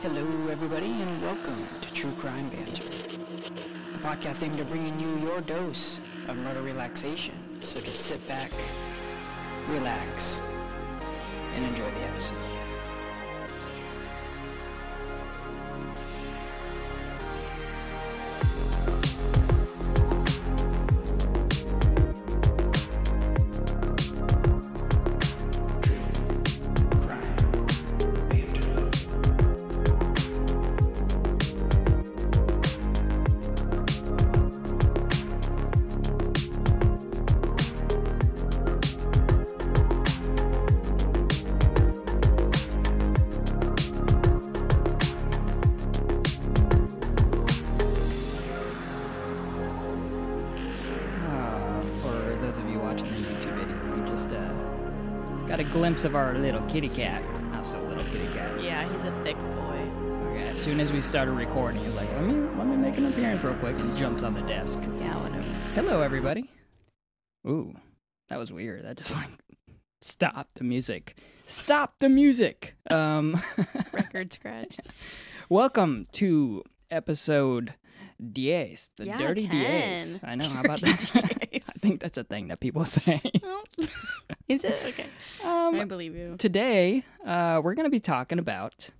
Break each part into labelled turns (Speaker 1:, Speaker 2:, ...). Speaker 1: Hello, everybody, and welcome to True Crime Banter, the podcast aimed at bringing you your dose of murder relaxation. So just sit back, relax, and enjoy the episode. Crime Banter. Uh, for those of you watching the YouTube video, we just uh, got a glimpse of our little kitty cat. Not so little kitty cat.
Speaker 2: Yeah, he's a thick boy.
Speaker 1: Okay, as soon as we started recording, he's like, "Let me let me make an appearance real quick," and jumps on the desk.
Speaker 2: Yeah, whatever.
Speaker 1: Hello, everybody. Ooh, that was weird. That just like stopped the music. Stop the music. Um,
Speaker 2: Record scratch.
Speaker 1: welcome to episode Diez, the
Speaker 2: Yeah,
Speaker 1: dirty
Speaker 2: 10.
Speaker 1: Diez. I know. How about
Speaker 2: Dirty
Speaker 1: that?
Speaker 2: days.
Speaker 1: I think that's a thing that people say.
Speaker 2: Oh. Is it okay?
Speaker 1: Um,
Speaker 2: I believe you.
Speaker 1: today uh, we're going to be talking about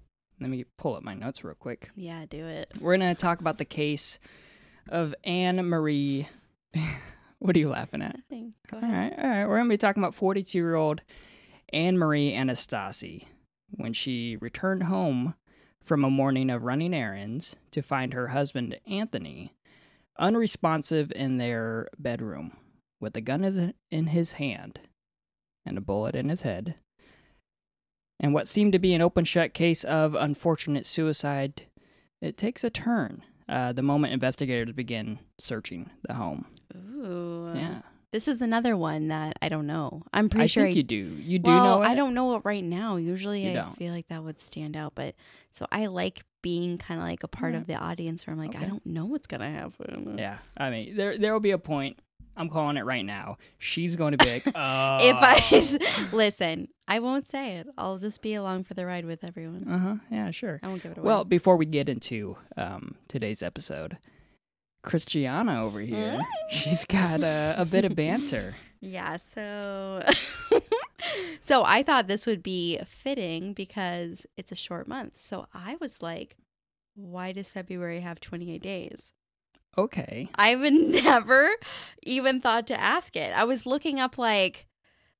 Speaker 1: let me pull up my notes real quick
Speaker 2: Yeah, do it.
Speaker 1: we're going to talk about the case of anne marie what are you laughing at
Speaker 2: Nothing. Go
Speaker 1: all
Speaker 2: ahead.
Speaker 1: right all right we're going to be talking about 42 year old anne marie anastasi when she returned home from a morning of running errands to find her husband anthony unresponsive in their bedroom with a gun is- in his hand and a bullet in his head, and what seemed to be an open shut case of unfortunate suicide, it takes a turn uh, the moment investigators begin searching the home.
Speaker 2: Ooh.
Speaker 1: yeah.
Speaker 2: This is another one that I don't know. I'm pretty
Speaker 1: I
Speaker 2: sure
Speaker 1: think
Speaker 2: I
Speaker 1: you do. You do
Speaker 2: well,
Speaker 1: know it?
Speaker 2: I don't know it right now. Usually
Speaker 1: You
Speaker 2: I
Speaker 1: don't.
Speaker 2: feel like that would stand out, but so I like being kind of like a part
Speaker 1: Alright.
Speaker 2: of the audience where I'm like,
Speaker 1: Okay.
Speaker 2: I don't know what's gonna happen.
Speaker 1: Yeah. I mean, there there will be a point. I'm calling it right now. She's going to be like, oh.
Speaker 2: If I s- listen, I won't say it. I'll just be along for the ride with everyone.
Speaker 1: Uh huh. Yeah, sure.
Speaker 2: I won't give it away.
Speaker 1: Well, before we get into um, today's episode, Christiana over here,
Speaker 2: Mm.
Speaker 1: she's got uh, a bit of banter.
Speaker 2: Yeah, so so I thought this would be fitting because it's a short month. So I was like, why does February have 28 days?
Speaker 1: Okay.
Speaker 2: I would never even thought to ask it. I was looking up like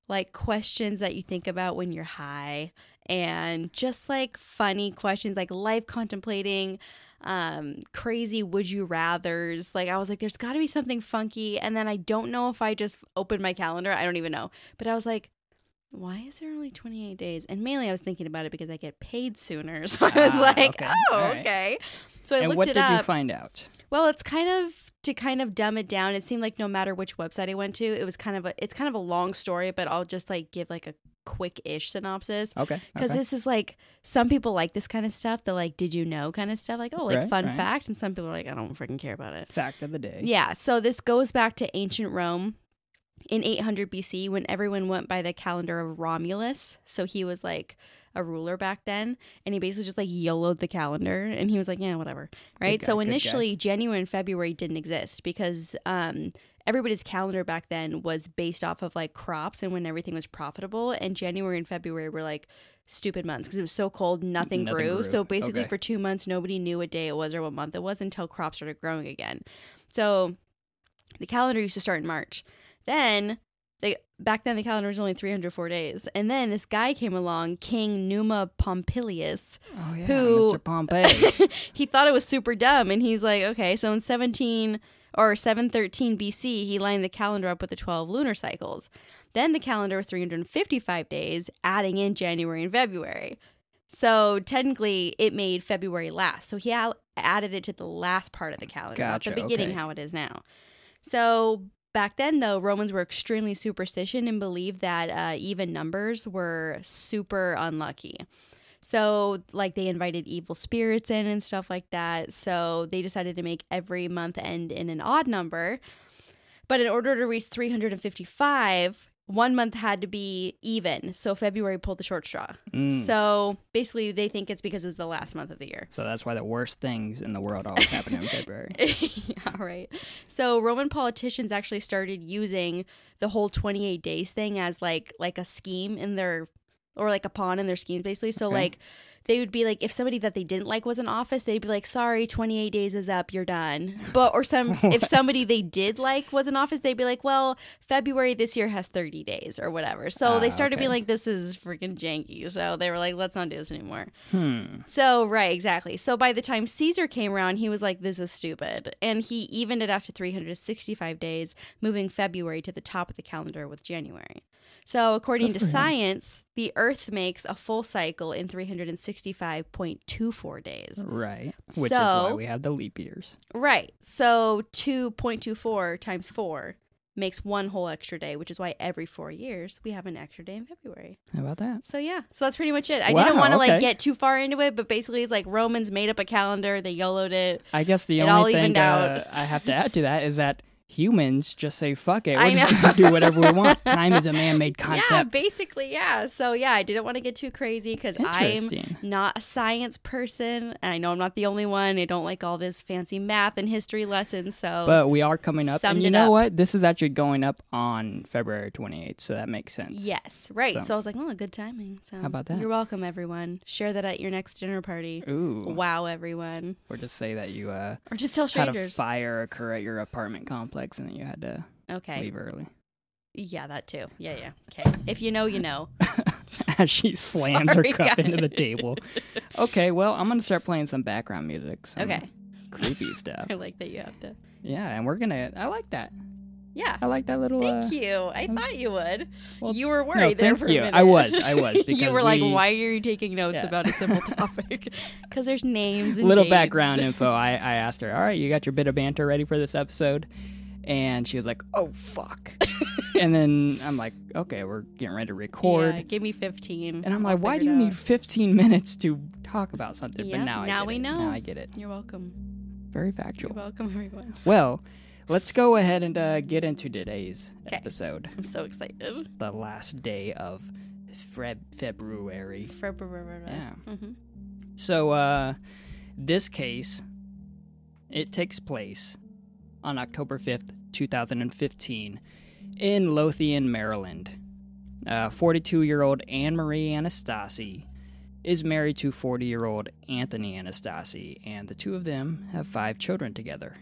Speaker 2: like questions that you think about when you're high and just like funny questions like life contemplating um crazy would you rathers like i was like there's got to be something funky and then i don't know if i just opened my calendar i don't even know but i was like why is there only 28 days and mainly i was thinking about it because i get paid sooner so i was
Speaker 1: Ah,
Speaker 2: like
Speaker 1: okay.
Speaker 2: oh
Speaker 1: All right.
Speaker 2: okay so i
Speaker 1: and
Speaker 2: looked
Speaker 1: what
Speaker 2: it
Speaker 1: did
Speaker 2: up
Speaker 1: you find out?
Speaker 2: well, it's kind of to kind of dumb it down. It seemed like no matter which website I went to, it was kind of a it's kind of a long story, but I'll just like give like a quick-ish synopsis
Speaker 1: Okay.
Speaker 2: because
Speaker 1: okay.
Speaker 2: this is like some people like this kind of stuff. The like did you know kind of stuff, like oh like
Speaker 1: Right,
Speaker 2: fun
Speaker 1: right.
Speaker 2: fact, and some people are like I don't freaking care about it.
Speaker 1: fact of the day.
Speaker 2: Yeah, so this goes back to ancient Rome in 800 BC when everyone went by the calendar of Romulus. So he was like a ruler back then, and he basically just like yoloed the calendar, and he was like, yeah, whatever, right?
Speaker 1: guy,
Speaker 2: so
Speaker 1: good guy.
Speaker 2: initially, January and February didn't exist because um, everybody's calendar back then was based off of like crops and when everything was profitable, and January and February were like stupid months because it was so cold, nothing,
Speaker 1: Nothing
Speaker 2: grew.
Speaker 1: grew.
Speaker 2: So basically,
Speaker 1: Okay.
Speaker 2: for two months, nobody knew what day it was or what month it was until crops started growing again. So the calendar used to start in March. Then they back then the calendar was only 304 days. And then this guy came along, King Numa Pompilius.
Speaker 1: Oh yeah.
Speaker 2: Who-
Speaker 1: Mr. Pompey.
Speaker 2: he thought it was super dumb and he's like, "Okay, so in 17 or 713 BC, he lined the calendar up with the 12 lunar cycles. Then the calendar was 355 days, adding in January and February. So technically, it made February last. So he al- added it to the last part of the calendar, not
Speaker 1: Gotcha,
Speaker 2: the beginning
Speaker 1: okay.
Speaker 2: how it is now. So back then, though, Romans were extremely superstition and believed that uh, even numbers were super unlucky. So, like, they invited evil spirits in and stuff like that. So, they decided to make every month end in an odd number. But in order to reach 355, one month had to be even. So February pulled the short straw.
Speaker 1: Mm. So,
Speaker 2: So basically, they think it's because it was the last month of the year.
Speaker 1: that's why the worst things in the world always happen in February.
Speaker 2: yeah, right. So Roman politicians actually started using the whole 28 days thing as like like a scheme in their or like a pawn in their schemes basically. So
Speaker 1: Okay.
Speaker 2: like they would be like if somebody that they didn't like was in office, they'd be like, "Sorry, 28 days is up, you're done." But or some if somebody they did like was in office, they'd be like, "Well, February this year has 30 days or whatever." So
Speaker 1: Ah,
Speaker 2: they started being
Speaker 1: okay.
Speaker 2: like, "This is freaking janky." So they were like, "Let's not do this anymore."
Speaker 1: Hmm.
Speaker 2: So, right, exactly. So, by the time Caesar came around, he was like, this is stupid. And he evened it out to 365 days, moving February to the top of the calendar with January. So, according
Speaker 1: Good
Speaker 2: to
Speaker 1: for him.
Speaker 2: science, the Earth makes a full cycle in 365.24 days.
Speaker 1: Right. Which is why
Speaker 2: So-
Speaker 1: we have the leap years.
Speaker 2: Right. So, 2.24 times 4 makes one whole extra day, which is why every four years we have an extra day in February.
Speaker 1: How about that?
Speaker 2: So yeah, so that's pretty much it. I
Speaker 1: Wow,
Speaker 2: didn't want to
Speaker 1: okay.
Speaker 2: like get too far into it, but basically it's like Romans made up a calendar, they yellowed it.
Speaker 1: I guess the
Speaker 2: It all
Speaker 1: only
Speaker 2: evened
Speaker 1: thing uh,
Speaker 2: out.
Speaker 1: I have to add to that is that humans just say fuck it. We're
Speaker 2: I
Speaker 1: just
Speaker 2: know.
Speaker 1: gonna do whatever we want. Time is a man-made
Speaker 2: Yeah,
Speaker 1: concept.
Speaker 2: basically, yeah. So yeah, I didn't want to get too crazy because I'm
Speaker 1: Interesting.
Speaker 2: not a science person, and I know I'm not the only one. I don't like all this fancy math and history lessons. So
Speaker 1: But we are coming up, and
Speaker 2: Summed
Speaker 1: you
Speaker 2: it
Speaker 1: know
Speaker 2: up.
Speaker 1: what? This is actually going up on February 28th, so that makes sense.
Speaker 2: yes, right.
Speaker 1: So-
Speaker 2: So, I was like, well, good timing. So
Speaker 1: How about that? Uh,
Speaker 2: You're welcome, everyone. Share that at your next dinner party.
Speaker 1: Ooh.
Speaker 2: Wow, everyone,
Speaker 1: Or just say that you uh,
Speaker 2: or just tell
Speaker 1: had a
Speaker 2: strangers.
Speaker 1: fire occur at your apartment complex and that you had to
Speaker 2: okay,
Speaker 1: leave early.
Speaker 2: yeah, that too. Yeah, yeah. Okay, if you know, you know.
Speaker 1: As she slams
Speaker 2: Sorry,
Speaker 1: her cup
Speaker 2: guys.
Speaker 1: into the table. Okay, well, I'm going to start playing some background music. Some
Speaker 2: Okay,
Speaker 1: Creepy stuff.
Speaker 2: I like that you have to.
Speaker 1: Yeah, and we're going to. I like that.
Speaker 2: Yeah.
Speaker 1: I like that little. uh,
Speaker 2: Thank you. I thought you would.
Speaker 1: well,
Speaker 2: you were worried
Speaker 1: no,
Speaker 2: there
Speaker 1: thank
Speaker 2: for
Speaker 1: you.
Speaker 2: a minute.
Speaker 1: I was, I was,
Speaker 2: you
Speaker 1: because
Speaker 2: were like,
Speaker 1: we-
Speaker 2: "Why are you taking notes
Speaker 1: Yeah.
Speaker 2: about a simple topic?" Because there's names and
Speaker 1: little
Speaker 2: dates.
Speaker 1: background info. I, I asked her, all right, you got your bit of banter ready for this episode? And she was like, oh, fuck. and then I'm like, okay, we're getting ready to record.
Speaker 2: Yeah, give me 15.
Speaker 1: And I'm
Speaker 2: I'll
Speaker 1: like, why do
Speaker 2: figure
Speaker 1: you
Speaker 2: it
Speaker 1: need 15 minutes to talk about something?
Speaker 2: Yeah,
Speaker 1: but now I
Speaker 2: now
Speaker 1: get
Speaker 2: we
Speaker 1: it.
Speaker 2: know.
Speaker 1: Now I get it.
Speaker 2: out. You're welcome.
Speaker 1: Very
Speaker 2: You're
Speaker 1: factual.
Speaker 2: welcome, everyone.
Speaker 1: Well, let's go ahead and uh, get into today's
Speaker 2: 'Kay.
Speaker 1: episode.
Speaker 2: I'm so excited.
Speaker 1: The last day of Feb- February.
Speaker 2: Yeah.
Speaker 1: Yeah.
Speaker 2: Mm-hmm.
Speaker 1: So, uh, this case, it takes place on October 5th, 2015, in Lothian, Maryland. 42 year old Anne Marie Anastasi is married to 40 year old Anthony Anastasi, and the two of them have five children together.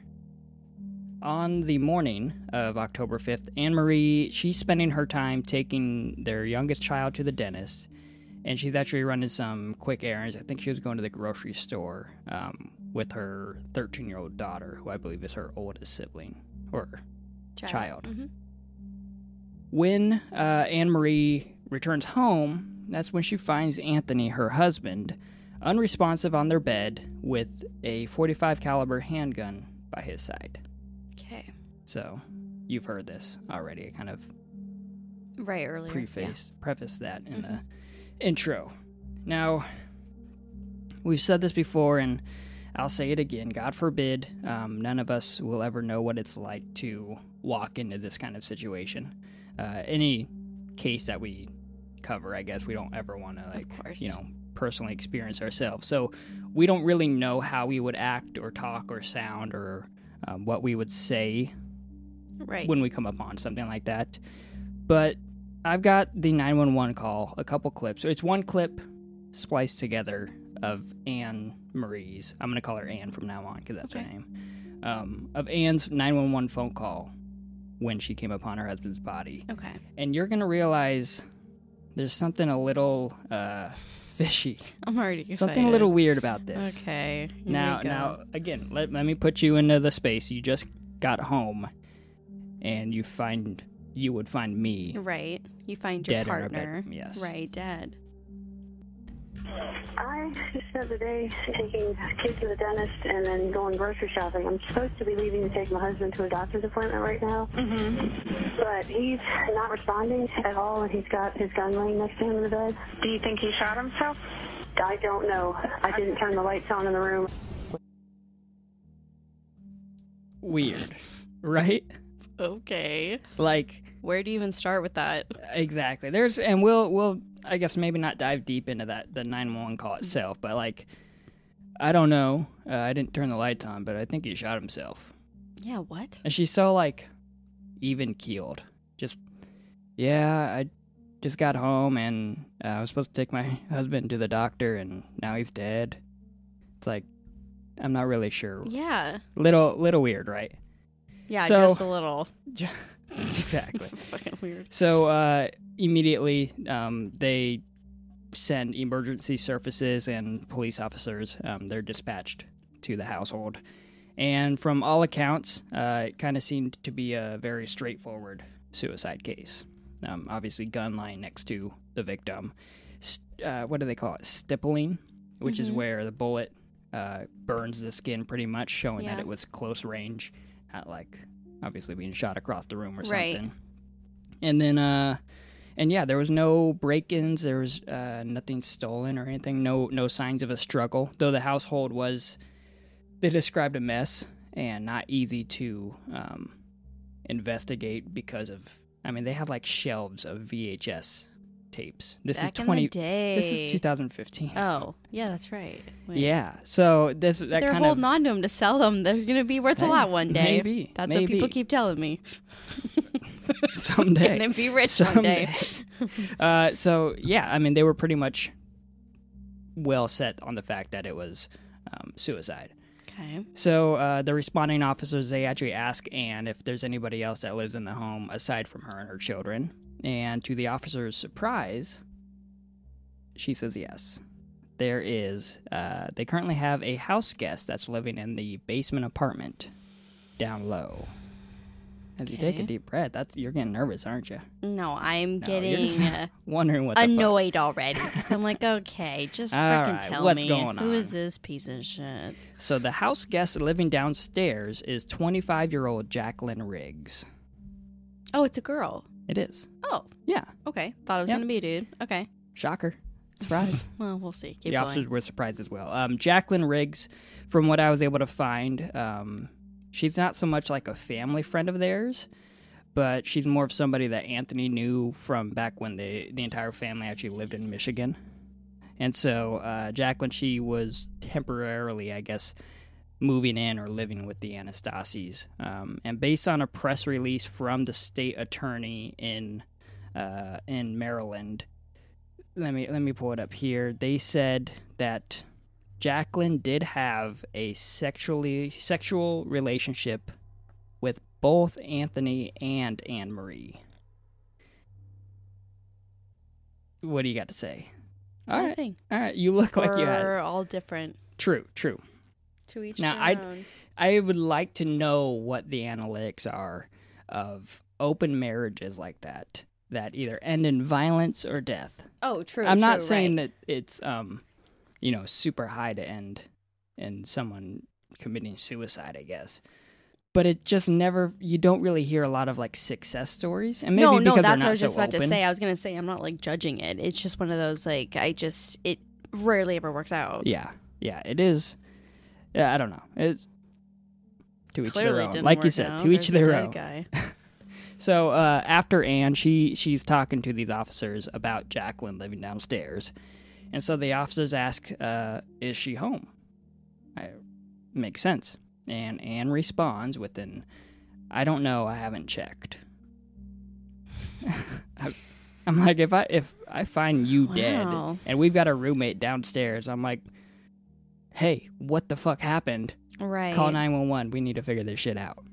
Speaker 1: On the morning of October 5th, Anne Marie, she's spending her time taking their youngest child to the dentist and she's actually running some quick errands. I think she was going to the grocery store um, with her 13 year old daughter, who I believe is her oldest sibling. Or Child.
Speaker 2: hmm
Speaker 1: when uh, Anne Marie returns home, that's when she finds Anthony, her husband, unresponsive on their bed with a 45 caliber handgun by his side.
Speaker 2: Okay.
Speaker 1: So, you've heard this already. I kind of
Speaker 2: Right earlier. Mm-hmm.
Speaker 1: preface preface that in the intro. Now, we've said this before, and I'll say it again. God forbid, um, none of us will ever know what it's like to walk into this kind of situation. Uh, any case that we cover, I guess we don't ever want to like
Speaker 2: course.
Speaker 1: you know personally experience ourselves. So we don't really know how we would act or talk or sound or um, what we would say
Speaker 2: Yeah. Right.
Speaker 1: when we come upon something like that. But I've got the 911 call, a couple clips. It's one clip spliced together of Anne Marie's. I'm going to call her Anne from now on because that's her
Speaker 2: Okay.
Speaker 1: name. Um, of Anne's 911 phone call when she came upon her husband's body.
Speaker 2: okay.
Speaker 1: And you're going to realize there's something a little uh, fishy,
Speaker 2: I'm already excited.
Speaker 1: something a little weird about this.
Speaker 2: Okay. Here we
Speaker 1: Now,
Speaker 2: go.
Speaker 1: now again, let, let me put you into the space. You just got home, and you find you would find me
Speaker 2: Right. You find your
Speaker 1: dead in our
Speaker 2: partner.
Speaker 1: bedroom. Yes,
Speaker 2: Right. Dead.
Speaker 3: I spent the day taking a kid to the dentist and then going grocery shopping. I'm supposed to be leaving to take my husband to a doctor's appointment right now,
Speaker 2: Mm-hmm.
Speaker 3: but he's not responding at all, and he's got his gun laying next to him in the bed.
Speaker 4: Do you think he shot himself?
Speaker 3: I don't know. I didn't turn the lights on in the room.
Speaker 1: Weird, right?
Speaker 2: Okay.
Speaker 1: Like
Speaker 2: Where do you even start with that?
Speaker 1: exactly. There's and we'll we'll I guess maybe not dive deep into that the 911 call itself, but like I don't know. Uh, I didn't turn the lights on, but I think he shot himself.
Speaker 2: Yeah, what?
Speaker 1: And she's so like even keeled. Just yeah, I just got home and uh, I was supposed to take my husband to the doctor and now he's dead. It's like I'm not really sure.
Speaker 2: Yeah.
Speaker 1: Little little weird, right?
Speaker 2: Yeah,
Speaker 1: So-
Speaker 2: just a little.
Speaker 1: exactly.
Speaker 2: Fucking weird.
Speaker 1: So uh, immediately, um, they send emergency services and police officers. Um, they're dispatched to the household, and from all accounts, uh, it kind of seemed to be a very straightforward suicide case. Um, obviously, gun lying next to the victim. S- Uh, what do they call it? Stippling, which is
Speaker 2: Mhm.
Speaker 1: where the bullet uh, burns the skin pretty much, showing that
Speaker 2: Yeah.
Speaker 1: it was close range, not like obviously being shot across the room or
Speaker 2: Right.
Speaker 1: something. And then, uh, and yeah, there was no break-ins. There was uh, nothing stolen or anything. No, no signs of a struggle. Though the household was, they described a mess and not easy to um, investigate because of. I mean, they had like shelves of VHS tapes. This
Speaker 2: Back
Speaker 1: is twenty.
Speaker 2: in the day.
Speaker 1: This is 2015.
Speaker 2: Oh, yeah, that's right. Wait.
Speaker 1: yeah. So this that
Speaker 2: They're
Speaker 1: kind
Speaker 2: holding
Speaker 1: of
Speaker 2: on to them to sell them. They're going to be worth
Speaker 1: Hey,
Speaker 2: a lot one day.
Speaker 1: maybe,
Speaker 2: That's what
Speaker 1: maybe.
Speaker 2: people keep telling me.
Speaker 1: someday.
Speaker 2: And then be rich one day.
Speaker 1: Someday. uh, so yeah, I mean, they were pretty much well set on the fact that it was um, suicide.
Speaker 2: Okay.
Speaker 1: So uh, the responding officers they actually ask Anne if there's anybody else that lives in the home aside from her and her children. And to the officer's surprise, she says yes. There is. Uh, they currently have a house guest that's living in the basement apartment down low. As you take a
Speaker 2: Okay.
Speaker 1: deep breath, that's you're getting nervous, aren't you?
Speaker 2: No, I'm
Speaker 1: No, you're just-
Speaker 2: getting uh,
Speaker 1: Wondering what the fuck-
Speaker 2: annoyed already because I'm like, okay, just
Speaker 1: All
Speaker 2: freaking
Speaker 1: right,
Speaker 2: tell
Speaker 1: what's
Speaker 2: me
Speaker 1: going
Speaker 2: who is
Speaker 1: on?
Speaker 2: this piece of shit?
Speaker 1: So the house guest living downstairs is 25-year-old Jacqueline Riggs.
Speaker 2: Oh, it's a girl.
Speaker 1: It is.
Speaker 2: Oh,
Speaker 1: Yeah.
Speaker 2: okay. Thought it was
Speaker 1: Yep.
Speaker 2: gonna be a dude. Okay.
Speaker 1: Shocker. Surprise.
Speaker 2: Well, we'll see. Keep
Speaker 1: the
Speaker 2: going.
Speaker 1: officers were surprised as well. Um, Jacqueline Riggs, from what I was able to find, um, she's not so much like a family friend of theirs, but she's more of somebody that Anthony knew from back when the the entire family actually lived in Michigan. And so uh, Jacqueline, she was temporarily, I guess, moving in or living with the Anastasis. Um, and based on a press release from the state attorney in uh, in Maryland, let me let me pull it up here. They said that Jacqueline did have a sexually sexual relationship with both Anthony and Anne Marie. What do you got to say? All right,
Speaker 2: Nothing.
Speaker 1: all right. You look like you
Speaker 2: We're
Speaker 1: have.
Speaker 2: all different
Speaker 1: True, true.
Speaker 2: to each
Speaker 1: Now,
Speaker 2: their
Speaker 1: I'd-
Speaker 2: own.
Speaker 1: I would like to know what the analytics are of open marriages like that that either end in violence or death.
Speaker 2: Oh, true.
Speaker 1: I'm not
Speaker 2: true,
Speaker 1: saying
Speaker 2: right.
Speaker 1: that it's um you know super high to end in someone committing suicide, I guess. But it just never you don't really hear a lot of like success stories. And maybe
Speaker 2: no, no,
Speaker 1: because they're
Speaker 2: that's
Speaker 1: not
Speaker 2: what I was
Speaker 1: so
Speaker 2: just about
Speaker 1: open.
Speaker 2: to say. I was gonna say I'm not like judging it. It's just one of those like I just it rarely ever works out.
Speaker 1: Yeah, yeah, it is. Yeah, I don't know. It's to each
Speaker 2: Clearly,
Speaker 1: their
Speaker 2: didn't
Speaker 1: own. Like you
Speaker 2: work
Speaker 1: said,
Speaker 2: out.
Speaker 1: to each
Speaker 2: There's the
Speaker 1: their
Speaker 2: dead
Speaker 1: own.
Speaker 2: Guy.
Speaker 1: So uh, after Anne, she she's talking to these officers about Jacqueline living downstairs, and so the officers ask, uh, "Is she home?" I, makes sense. And Anne responds with an, "I don't know. I haven't checked." I, I'm like, if I if I find you
Speaker 2: Wow.
Speaker 1: dead, and we've got a roommate downstairs, I'm like, "Hey, what the fuck happened?"
Speaker 2: Right.
Speaker 1: call 911 we need to figure this shit out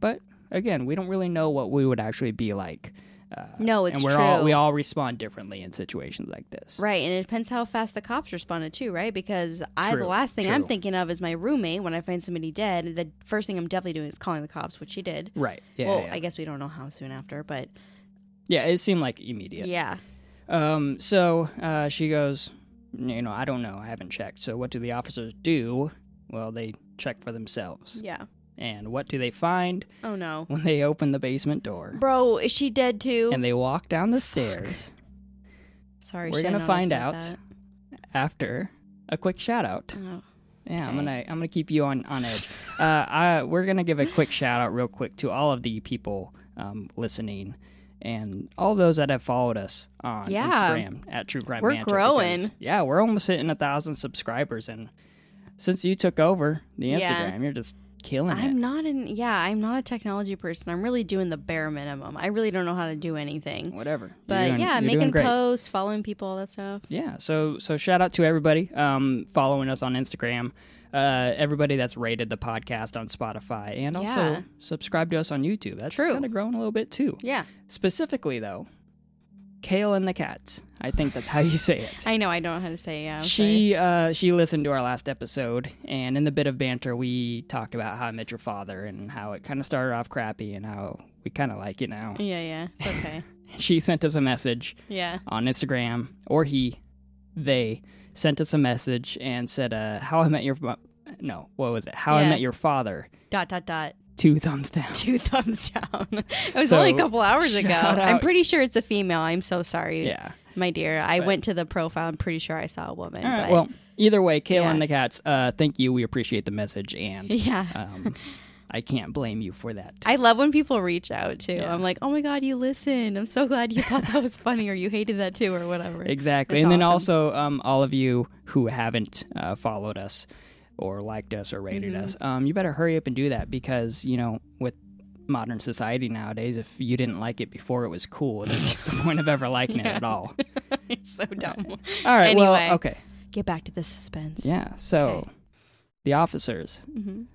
Speaker 1: but again we don't really know what we would actually be like uh,
Speaker 2: No, it's
Speaker 1: and we're all
Speaker 2: true.
Speaker 1: we all respond differently in situations like this
Speaker 2: Right, and it depends how fast the cops responded too, right? Because I the
Speaker 1: True,
Speaker 2: last thing I'm
Speaker 1: true.
Speaker 2: thinking of is my roommate. When I find somebody dead, the first thing I'm definitely doing is calling the cops, which she did.
Speaker 1: right yeah
Speaker 2: well,
Speaker 1: yeah.
Speaker 2: I guess we don't know how soon after, but
Speaker 1: yeah it seemed like immediate
Speaker 2: yeah,
Speaker 1: Um, so uh, she goes, you know, I don't know, I haven't checked. So what do the officers do? Well, they check for themselves.
Speaker 2: yeah.
Speaker 1: And what do they find
Speaker 2: Oh no,
Speaker 1: when they open the basement door
Speaker 2: bro, is she dead too?
Speaker 1: and they walk down the stairs?
Speaker 2: Sorry,
Speaker 1: We're
Speaker 2: should I
Speaker 1: gonna
Speaker 2: not have
Speaker 1: find
Speaker 2: said
Speaker 1: out
Speaker 2: that?
Speaker 1: after a quick shout out
Speaker 2: Oh,
Speaker 1: Yeah, I'm
Speaker 2: Okay.
Speaker 1: gonna I'm gonna keep you on on edge. Uh, I, we're gonna give a quick shout out real quick to all of the people um, listening and all those that have followed us on
Speaker 2: Yeah.
Speaker 1: Instagram at True Crime.
Speaker 2: We're
Speaker 1: Banter
Speaker 2: growing.
Speaker 1: because- yeah, we're almost hitting a thousand subscribers, and since you took over the Instagram,
Speaker 2: Yeah.
Speaker 1: you're just killing it.
Speaker 2: I'm not an yeah, I'm not a technology person. I'm really doing the bare minimum. I really don't know how to do anything.
Speaker 1: Whatever,
Speaker 2: But
Speaker 1: You're doing-
Speaker 2: yeah,
Speaker 1: you're doing
Speaker 2: making
Speaker 1: great.
Speaker 2: posts, following people, all that stuff.
Speaker 1: Yeah, so so shout out to everybody um, following us on Instagram, uh, everybody that's rated the podcast on Spotify, and also
Speaker 2: Yeah.
Speaker 1: subscribe to us on YouTube. That's
Speaker 2: True.
Speaker 1: kind of growing a little bit too.
Speaker 2: Yeah.
Speaker 1: Specifically though, Kale and the Cats. I think that's how you say it.
Speaker 2: I know I don't know how to say yeah. I'm sorry.
Speaker 1: she uh, she listened to our last episode, and in the bit of banter, we talked about how I met your father and how it kind of started off crappy and how we kind of like it now.
Speaker 2: Yeah, yeah. It's okay.
Speaker 1: She sent us a message
Speaker 2: yeah.
Speaker 1: on Instagram, or he, they sent us a message and said, uh, "How I met your fa- no, what was it? How I
Speaker 2: Yeah.
Speaker 1: met your father."
Speaker 2: Dot dot dot.
Speaker 1: Two thumbs down.
Speaker 2: Two thumbs down. it was
Speaker 1: So,
Speaker 2: only a couple hours ago.
Speaker 1: shout
Speaker 2: I'm
Speaker 1: out-
Speaker 2: pretty sure it's a female. I'm so sorry.
Speaker 1: Yeah.
Speaker 2: My dear. I
Speaker 1: But-
Speaker 2: went to the profile. I'm pretty sure I saw a woman.
Speaker 1: All right.
Speaker 2: but
Speaker 1: Well, either way, Kayla
Speaker 2: Yeah.
Speaker 1: and the cats. Uh, thank you. We appreciate the message, and
Speaker 2: yeah.
Speaker 1: um, I can't blame you for that.
Speaker 2: I love when people reach out too.
Speaker 1: Yeah.
Speaker 2: I'm like, oh my god, you listened. I'm so glad you thought that was funny, or you hated that too, or whatever.
Speaker 1: Exactly.
Speaker 2: That's
Speaker 1: and then
Speaker 2: awesome.
Speaker 1: also, um, all of you who haven't uh, followed us or liked us or rated
Speaker 2: Mm-hmm.
Speaker 1: us, um, you better hurry up and do that because, you know, with modern society nowadays, if you didn't like it before it was cool, then what's the point of ever liking it at all?
Speaker 2: It's so dumb.
Speaker 1: All right. Well,
Speaker 2: Anyway.
Speaker 1: okay.
Speaker 2: Get back to the suspense.
Speaker 1: Yeah. So
Speaker 2: Okay.
Speaker 1: the officers,
Speaker 2: Mhm.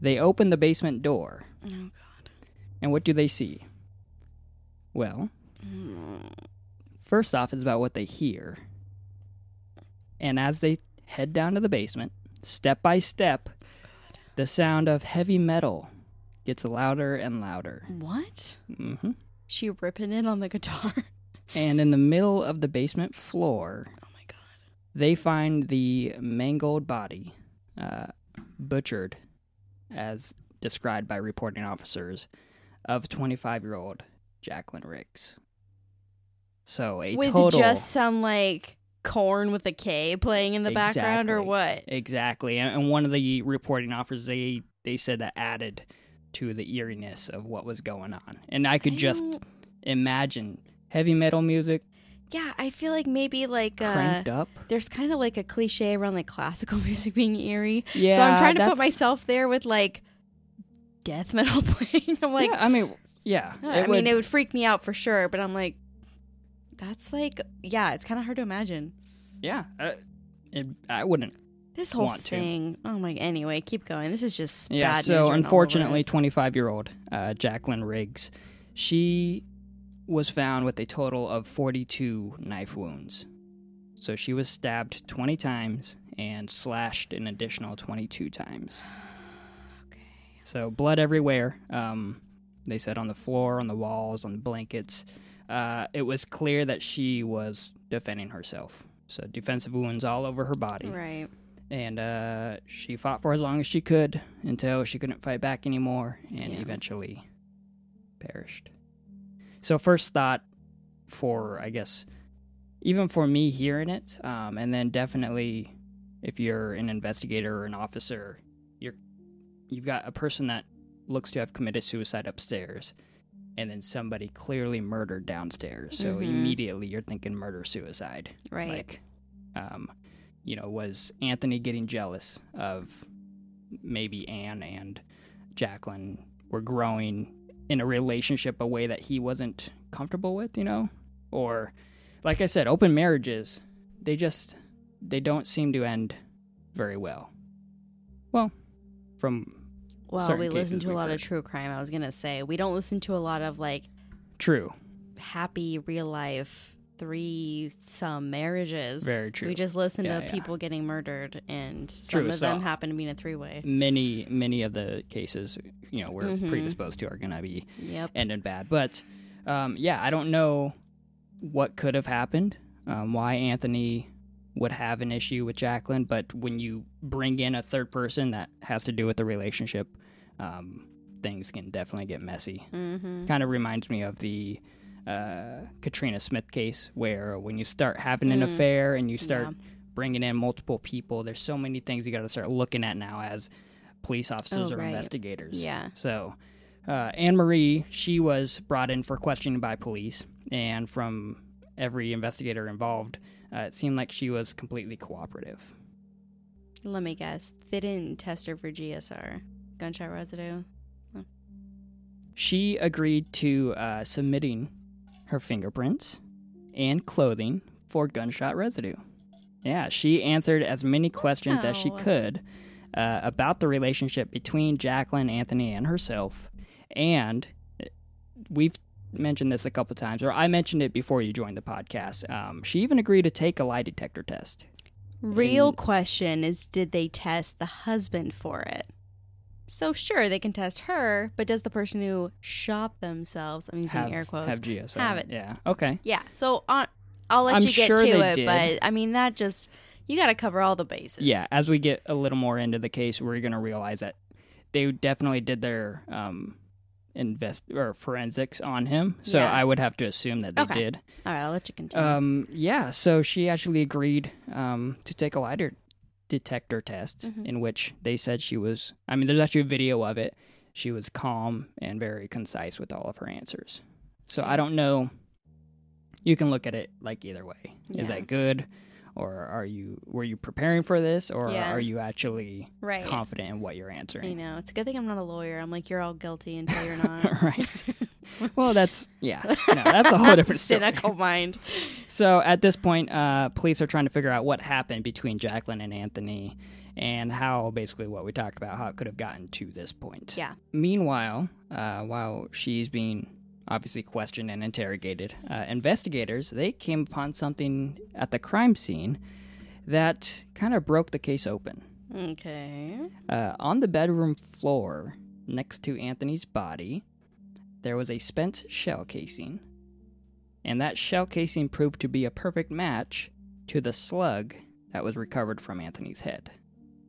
Speaker 1: they open the basement door.
Speaker 2: Oh god.
Speaker 1: And what do they see? Well, Mm. first off, it's about what they hear. And as they head down to the basement, step by step, the sound of heavy metal gets louder and louder.
Speaker 2: What? Mm-hmm.
Speaker 1: hmm
Speaker 2: She ripping it on the guitar.
Speaker 1: And in the middle of the basement floor,
Speaker 2: Oh my god.
Speaker 1: they find the mangled body, uh, butchered, as described by reporting officers, of 25 year old Jacqueline Riggs. So a
Speaker 2: with
Speaker 1: total.
Speaker 2: just some like corn with a K playing in the background, or
Speaker 1: Exactly.
Speaker 2: what?
Speaker 1: Exactly. And, and one of the reporting officers, they, they said that added to the eeriness of what was going on. And I could
Speaker 2: I
Speaker 1: just
Speaker 2: don't-
Speaker 1: imagine heavy metal music
Speaker 2: Yeah, I feel like maybe like uh,
Speaker 1: cranked up.
Speaker 2: there's kind of like a cliche around like classical music being eerie.
Speaker 1: Yeah.
Speaker 2: so I'm trying to put
Speaker 1: that's-
Speaker 2: myself there with like death metal playing. I'm like,
Speaker 1: Yeah, I mean, yeah.
Speaker 2: "Huh," I mean, it would freak me out for sure, but I'm like, that's like, yeah, it's kind of hard to imagine
Speaker 1: Yeah, uh, it, I wouldn't.
Speaker 2: this whole
Speaker 1: Want to.
Speaker 2: thing. Oh my, anyway, keep going. This is just
Speaker 1: Yeah.
Speaker 2: Bad news
Speaker 1: so
Speaker 2: written all
Speaker 1: unfortunately,
Speaker 2: over
Speaker 1: 25 year old uh, Jacqueline Riggs, she was found with a total of 42 knife wounds. So she was stabbed 20 times and slashed an additional 22 times.
Speaker 2: Okay.
Speaker 1: So blood everywhere. Um, they said on the floor, on the walls, on the blankets. Uh, it was clear that she was defending herself. So defensive wounds all over her
Speaker 2: it.
Speaker 1: body.
Speaker 2: right?
Speaker 1: and uh, she fought for as long as she could until she couldn't fight back anymore and
Speaker 2: Yeah.
Speaker 1: eventually perished. So, first thought for, I guess, even for me hearing it, um, and then definitely if you're an investigator or an officer, you're you've got a person that looks to have committed suicide upstairs, and then somebody clearly murdered downstairs. So
Speaker 2: Mhm.
Speaker 1: immediately you're thinking murder suicide.
Speaker 2: Right.
Speaker 1: Like, um, you know, was Anthony getting jealous of maybe Anne and Jacqueline were growing in a relationship a way that he wasn't comfortable with, you know? Or, like I said, open marriages, they just, they don't seem to end very well. Well, from
Speaker 2: well,
Speaker 1: certain
Speaker 2: we listen
Speaker 1: cases
Speaker 2: to a
Speaker 1: we've
Speaker 2: lot
Speaker 1: heard.
Speaker 2: of true crime. I was gonna say we don't listen to a lot of like
Speaker 1: true,
Speaker 2: happy real life three some marriages.
Speaker 1: very true.
Speaker 2: We just listen
Speaker 1: Yeah,
Speaker 2: to
Speaker 1: yeah.
Speaker 2: people getting murdered, and some
Speaker 1: True,
Speaker 2: of
Speaker 1: so-
Speaker 2: them happen to be in a three way.
Speaker 1: many, many of the cases, you know, we're
Speaker 2: Mhm.
Speaker 1: predisposed to are going to be
Speaker 2: Yep.
Speaker 1: ended bad. But um, yeah, I don't know what could have happened, um, why Anthony would have an issue with Jacqueline. But when you bring in a third person that has to do with the relationship, um, things can definitely get messy.
Speaker 2: Mm-hmm.
Speaker 1: Kind of reminds me of the uh, Katrina Smith case, where when you start having an
Speaker 2: Mm.
Speaker 1: affair and you start bringing in multiple people. There's so many things you got to start looking at now as police officers
Speaker 2: Oh,
Speaker 1: or
Speaker 2: right.
Speaker 1: investigators.
Speaker 2: Yeah.
Speaker 1: So, uh, Anne Marie, she was brought in for questioning by police, and from every investigator involved, uh, it seemed like she was completely cooperative.
Speaker 2: Let me guess. They didn't test her for GSR, gunshot residue.
Speaker 1: She agreed to uh, submitting her fingerprints and clothing for gunshot residue. Yeah, she answered as many questions as she
Speaker 2: Wow.
Speaker 1: could uh, about the relationship between Jacqueline Anthony and herself. And uh, we've mentioned this a couple times, or I mentioned it before you joined the podcast. Um, she even agreed to take a lie detector test.
Speaker 2: Real
Speaker 1: And-
Speaker 2: question is did they test the husband for it? So sure they can test her, but does the person who shot themselves I'm using
Speaker 1: have,
Speaker 2: air quotes
Speaker 1: Have GSR.
Speaker 2: have it.
Speaker 1: Yeah. Okay.
Speaker 2: Yeah. So on I'll let
Speaker 1: I'm
Speaker 2: you get
Speaker 1: sure
Speaker 2: to
Speaker 1: they
Speaker 2: it,
Speaker 1: did.
Speaker 2: but I mean that just you gotta cover all the bases.
Speaker 1: Yeah, as we get a little more into the case, we're going to realize that they definitely did their um, invest or forensics on him. So
Speaker 2: Yeah.
Speaker 1: I would have to assume that they
Speaker 2: Okay.
Speaker 1: did.
Speaker 2: All right, I'll let you continue.
Speaker 1: Um, yeah, so she actually agreed um, to take a lie de- detector test,
Speaker 2: Mhm.
Speaker 1: in which they said she was. I mean, there's actually a video of it. She was calm and very concise with all of her answers. So I don't know. You can look at it like either way.
Speaker 2: Yeah.
Speaker 1: Is that good, or are you were you preparing for this, or
Speaker 2: Yeah.
Speaker 1: are you actually
Speaker 2: right.
Speaker 1: confident in what you're
Speaker 2: I
Speaker 1: answering?
Speaker 2: know. It's a good thing I'm not a lawyer. I'm like, you're all guilty until you're not.
Speaker 1: right. Well, that's yeah. No, that's a whole different story.
Speaker 2: cynical mind.
Speaker 1: So at this point, uh, police are trying to figure out what happened between Jacqueline and Anthony and how basically what we talked about, how it could have gotten to this point.
Speaker 2: Yeah.
Speaker 1: Meanwhile, uh, while she's being obviously questioned and interrogated, uh, investigators, they came upon something at the crime scene that kind of broke the case open.
Speaker 2: Okay.
Speaker 1: Uh, on the bedroom floor, next to Anthony's body, there was a spent shell casing. And that shell casing proved to be a perfect match to the slug that was recovered from Anthony's head.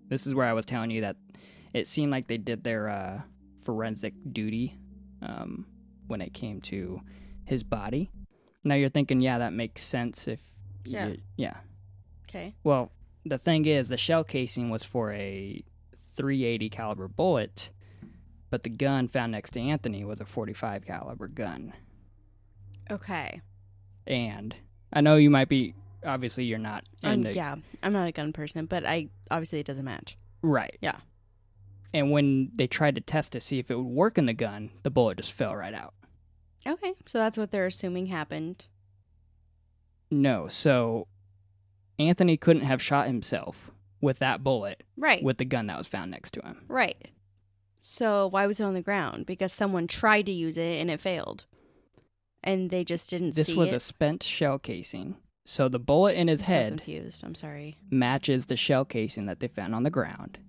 Speaker 1: This is where I was telling you that it seemed like they did their uh, forensic duty um, when it came to his body. Now you're thinking, yeah, that makes sense if.
Speaker 2: Yeah.
Speaker 1: you- yeah.
Speaker 2: Okay.
Speaker 1: Well, the thing is, the shell casing was for a 380 caliber bullet, but the gun found next to Anthony was a 45 caliber gun.
Speaker 2: Okay.
Speaker 1: And I know you might be obviously you're not
Speaker 2: Um,
Speaker 1: into-
Speaker 2: yeah, I'm not a gun person, but I obviously it doesn't match.
Speaker 1: right.
Speaker 2: Yeah.
Speaker 1: And when they tried to test to see if it would work in the gun, the bullet just fell right out.
Speaker 2: Okay, so that's what they're assuming happened.
Speaker 1: No, so Anthony couldn't have shot himself with that bullet
Speaker 2: Right.
Speaker 1: with the gun that was found next to him.
Speaker 2: right. So why was it on the ground? Because someone tried to use it and it failed. And they just didn't
Speaker 1: This
Speaker 2: see
Speaker 1: was
Speaker 2: it.
Speaker 1: a spent shell casing. So the bullet in his
Speaker 2: I'm so
Speaker 1: head
Speaker 2: confused. I'm sorry.
Speaker 1: matches the shell casing that they found on the ground,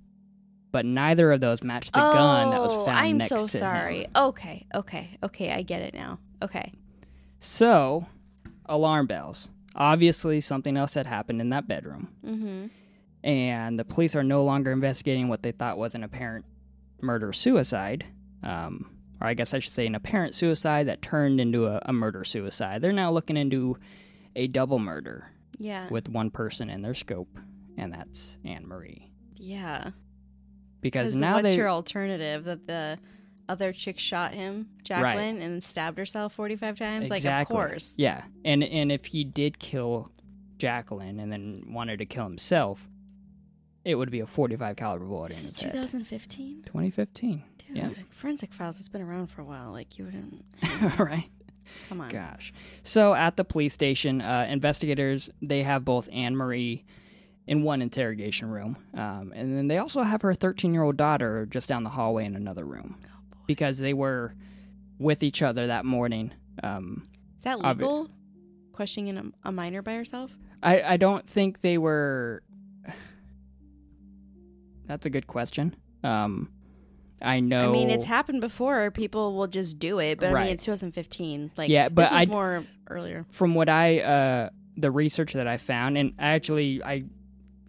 Speaker 1: but neither of those matched the gun that was
Speaker 2: Oh,
Speaker 1: found
Speaker 2: I'm
Speaker 1: next
Speaker 2: so
Speaker 1: to
Speaker 2: sorry.
Speaker 1: him.
Speaker 2: Okay, okay, okay. I get it now. Okay.
Speaker 1: So, alarm bells. Obviously, something else had happened in that bedroom,
Speaker 2: Mm-hmm.
Speaker 1: and the police are no longer investigating what they thought was an apparent murder suicide. Um, or I guess I should say an apparent suicide that turned into a, a murder suicide. They're now looking into a double murder
Speaker 2: Yeah.
Speaker 1: with one person in their scope, and that's Anne Marie.
Speaker 2: yeah.
Speaker 1: Because
Speaker 2: 'Cause
Speaker 1: now
Speaker 2: what's
Speaker 1: they
Speaker 2: your alternative that the other chick shot him, Jacqueline, and stabbed herself 45 times? Like, of course.
Speaker 1: Yeah. And and if he did kill Jacqueline and then wanted to kill himself, it would be a 45 caliber bullet in
Speaker 2: This is
Speaker 1: his head.
Speaker 2: 2015?
Speaker 1: 2015.
Speaker 2: Dude,
Speaker 1: Yeah.
Speaker 2: forensic files has been around for a while. Like, you wouldn't.
Speaker 1: right.
Speaker 2: Come on.
Speaker 1: Gosh. So at the police station, uh, investigators they have both Anne Marie in one interrogation room, um, and then they also have her 13 year old daughter just down the hallway in another room
Speaker 2: Oh, boy.
Speaker 1: because they were with each other that morning. Um,
Speaker 2: Is that
Speaker 1: Obvi-
Speaker 2: legal? Questioning a, a minor by herself?
Speaker 1: I, I don't think they were. That's a good question. Um, I know.
Speaker 2: I mean, it's happened before. People will just do it, but I
Speaker 1: Right.
Speaker 2: mean, it's 2015. Like,
Speaker 1: Yeah, but
Speaker 2: this was
Speaker 1: I-
Speaker 2: more earlier.
Speaker 1: from what I uh the research that I found, and I actually I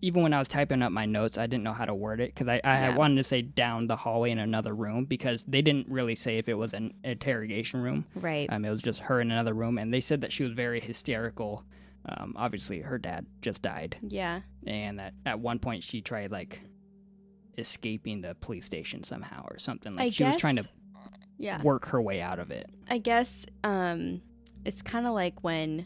Speaker 1: even when I was typing up my notes, I didn't know how to word it because I I
Speaker 2: Yeah.
Speaker 1: wanted to say down the hallway in another room because they didn't really say if it was an interrogation room.
Speaker 2: Right.
Speaker 1: Um, it was just her in another room, and they said that she was very hysterical Um, obviously, her dad just died,
Speaker 2: Yeah.
Speaker 1: and that at one point she tried like escaping the police station somehow or something. Like
Speaker 2: I
Speaker 1: she
Speaker 2: guess, uh,
Speaker 1: was trying to
Speaker 2: Yeah.
Speaker 1: work her way out of it.
Speaker 2: I guess um it's kind of like when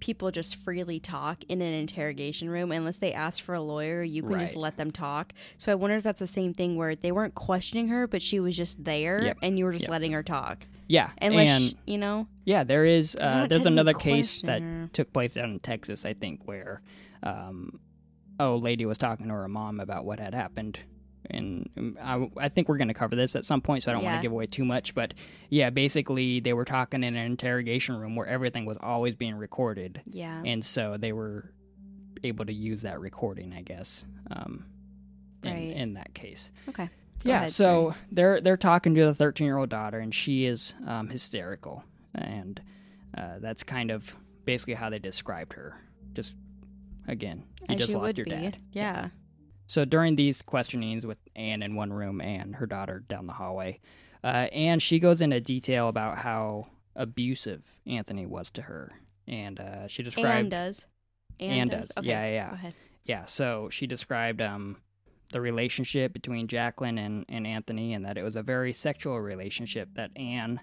Speaker 2: people just freely talk in an interrogation room unless they ask for a lawyer you can just
Speaker 1: Right.
Speaker 2: let them talk so i wonder if that's the same thing where they weren't questioning her but she was just there
Speaker 1: Yep.
Speaker 2: and you were just
Speaker 1: Yep.
Speaker 2: letting her talk
Speaker 1: Yeah,
Speaker 2: unless
Speaker 1: and
Speaker 2: sh- you know
Speaker 1: yeah, there is uh,
Speaker 2: they're not
Speaker 1: there's
Speaker 2: technically
Speaker 1: another case that
Speaker 2: questioning her.
Speaker 1: took place down in Texas, I think, where um, a lady was talking to her mom about what had happened. And um, I, I think we're going to cover this at some point, so I don't want
Speaker 2: Yeah.
Speaker 1: to give away too much. But yeah, basically, they were talking in an interrogation room where everything was always being recorded.
Speaker 2: yeah
Speaker 1: And so they were able to use that recording, I guess, um, in,
Speaker 2: Right.
Speaker 1: in that case.
Speaker 2: okay Go
Speaker 1: Yeah,
Speaker 2: ahead,
Speaker 1: so
Speaker 2: sorry.
Speaker 1: they're they're talking to the 13 year old daughter, and she is um, hysterical, and uh, that's kind of basically how they described her. Just again, you
Speaker 2: As
Speaker 1: just
Speaker 2: you
Speaker 1: lost
Speaker 2: would
Speaker 1: your
Speaker 2: be.
Speaker 1: dad.
Speaker 2: yeah
Speaker 1: So during these questionings with Anne in one room and her daughter down the hallway, uh, Anne she goes into detail about how abusive Anthony was to her, and uh, she described
Speaker 2: Anne does.
Speaker 1: Anne does. Yeah, yeah, yeah.
Speaker 2: Go ahead.
Speaker 1: yeah, so she described um, the relationship between Jacqueline and, and Anthony and that it was a very sexual relationship that Anne,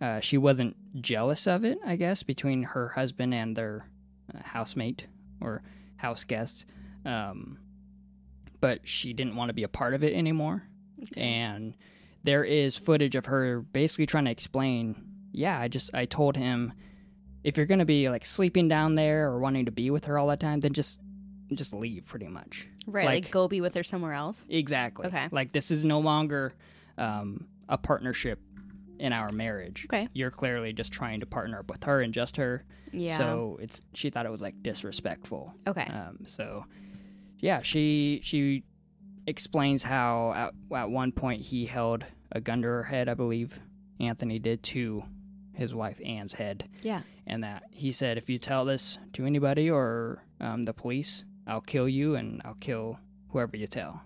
Speaker 1: uh, she wasn't jealous of it, I guess, between her husband and their uh, housemate or house guest. Um, but she didn't want to be a part of it anymore. And there is footage of her basically trying to explain, yeah, I just, I told him if you're going to be like sleeping down there or wanting to be with her all the time, then just, just leave pretty much.
Speaker 2: Right, like,
Speaker 1: like-
Speaker 2: go be with her somewhere else.
Speaker 1: Exactly.
Speaker 2: Okay.
Speaker 1: Like this is no longer um, a partnership in our marriage.
Speaker 2: Okay.
Speaker 1: You're clearly just trying to partner up with her and just her.
Speaker 2: Yeah.
Speaker 1: So it's she thought it was like disrespectful.
Speaker 2: okay.
Speaker 1: Um, so yeah, she she explains how at, at one point he held a gun to her head, I believe Anthony did to his wife Anne's head,
Speaker 2: yeah.
Speaker 1: and that he said, "If you tell this to anybody or um, the police, I'll kill you and I'll kill whoever you tell."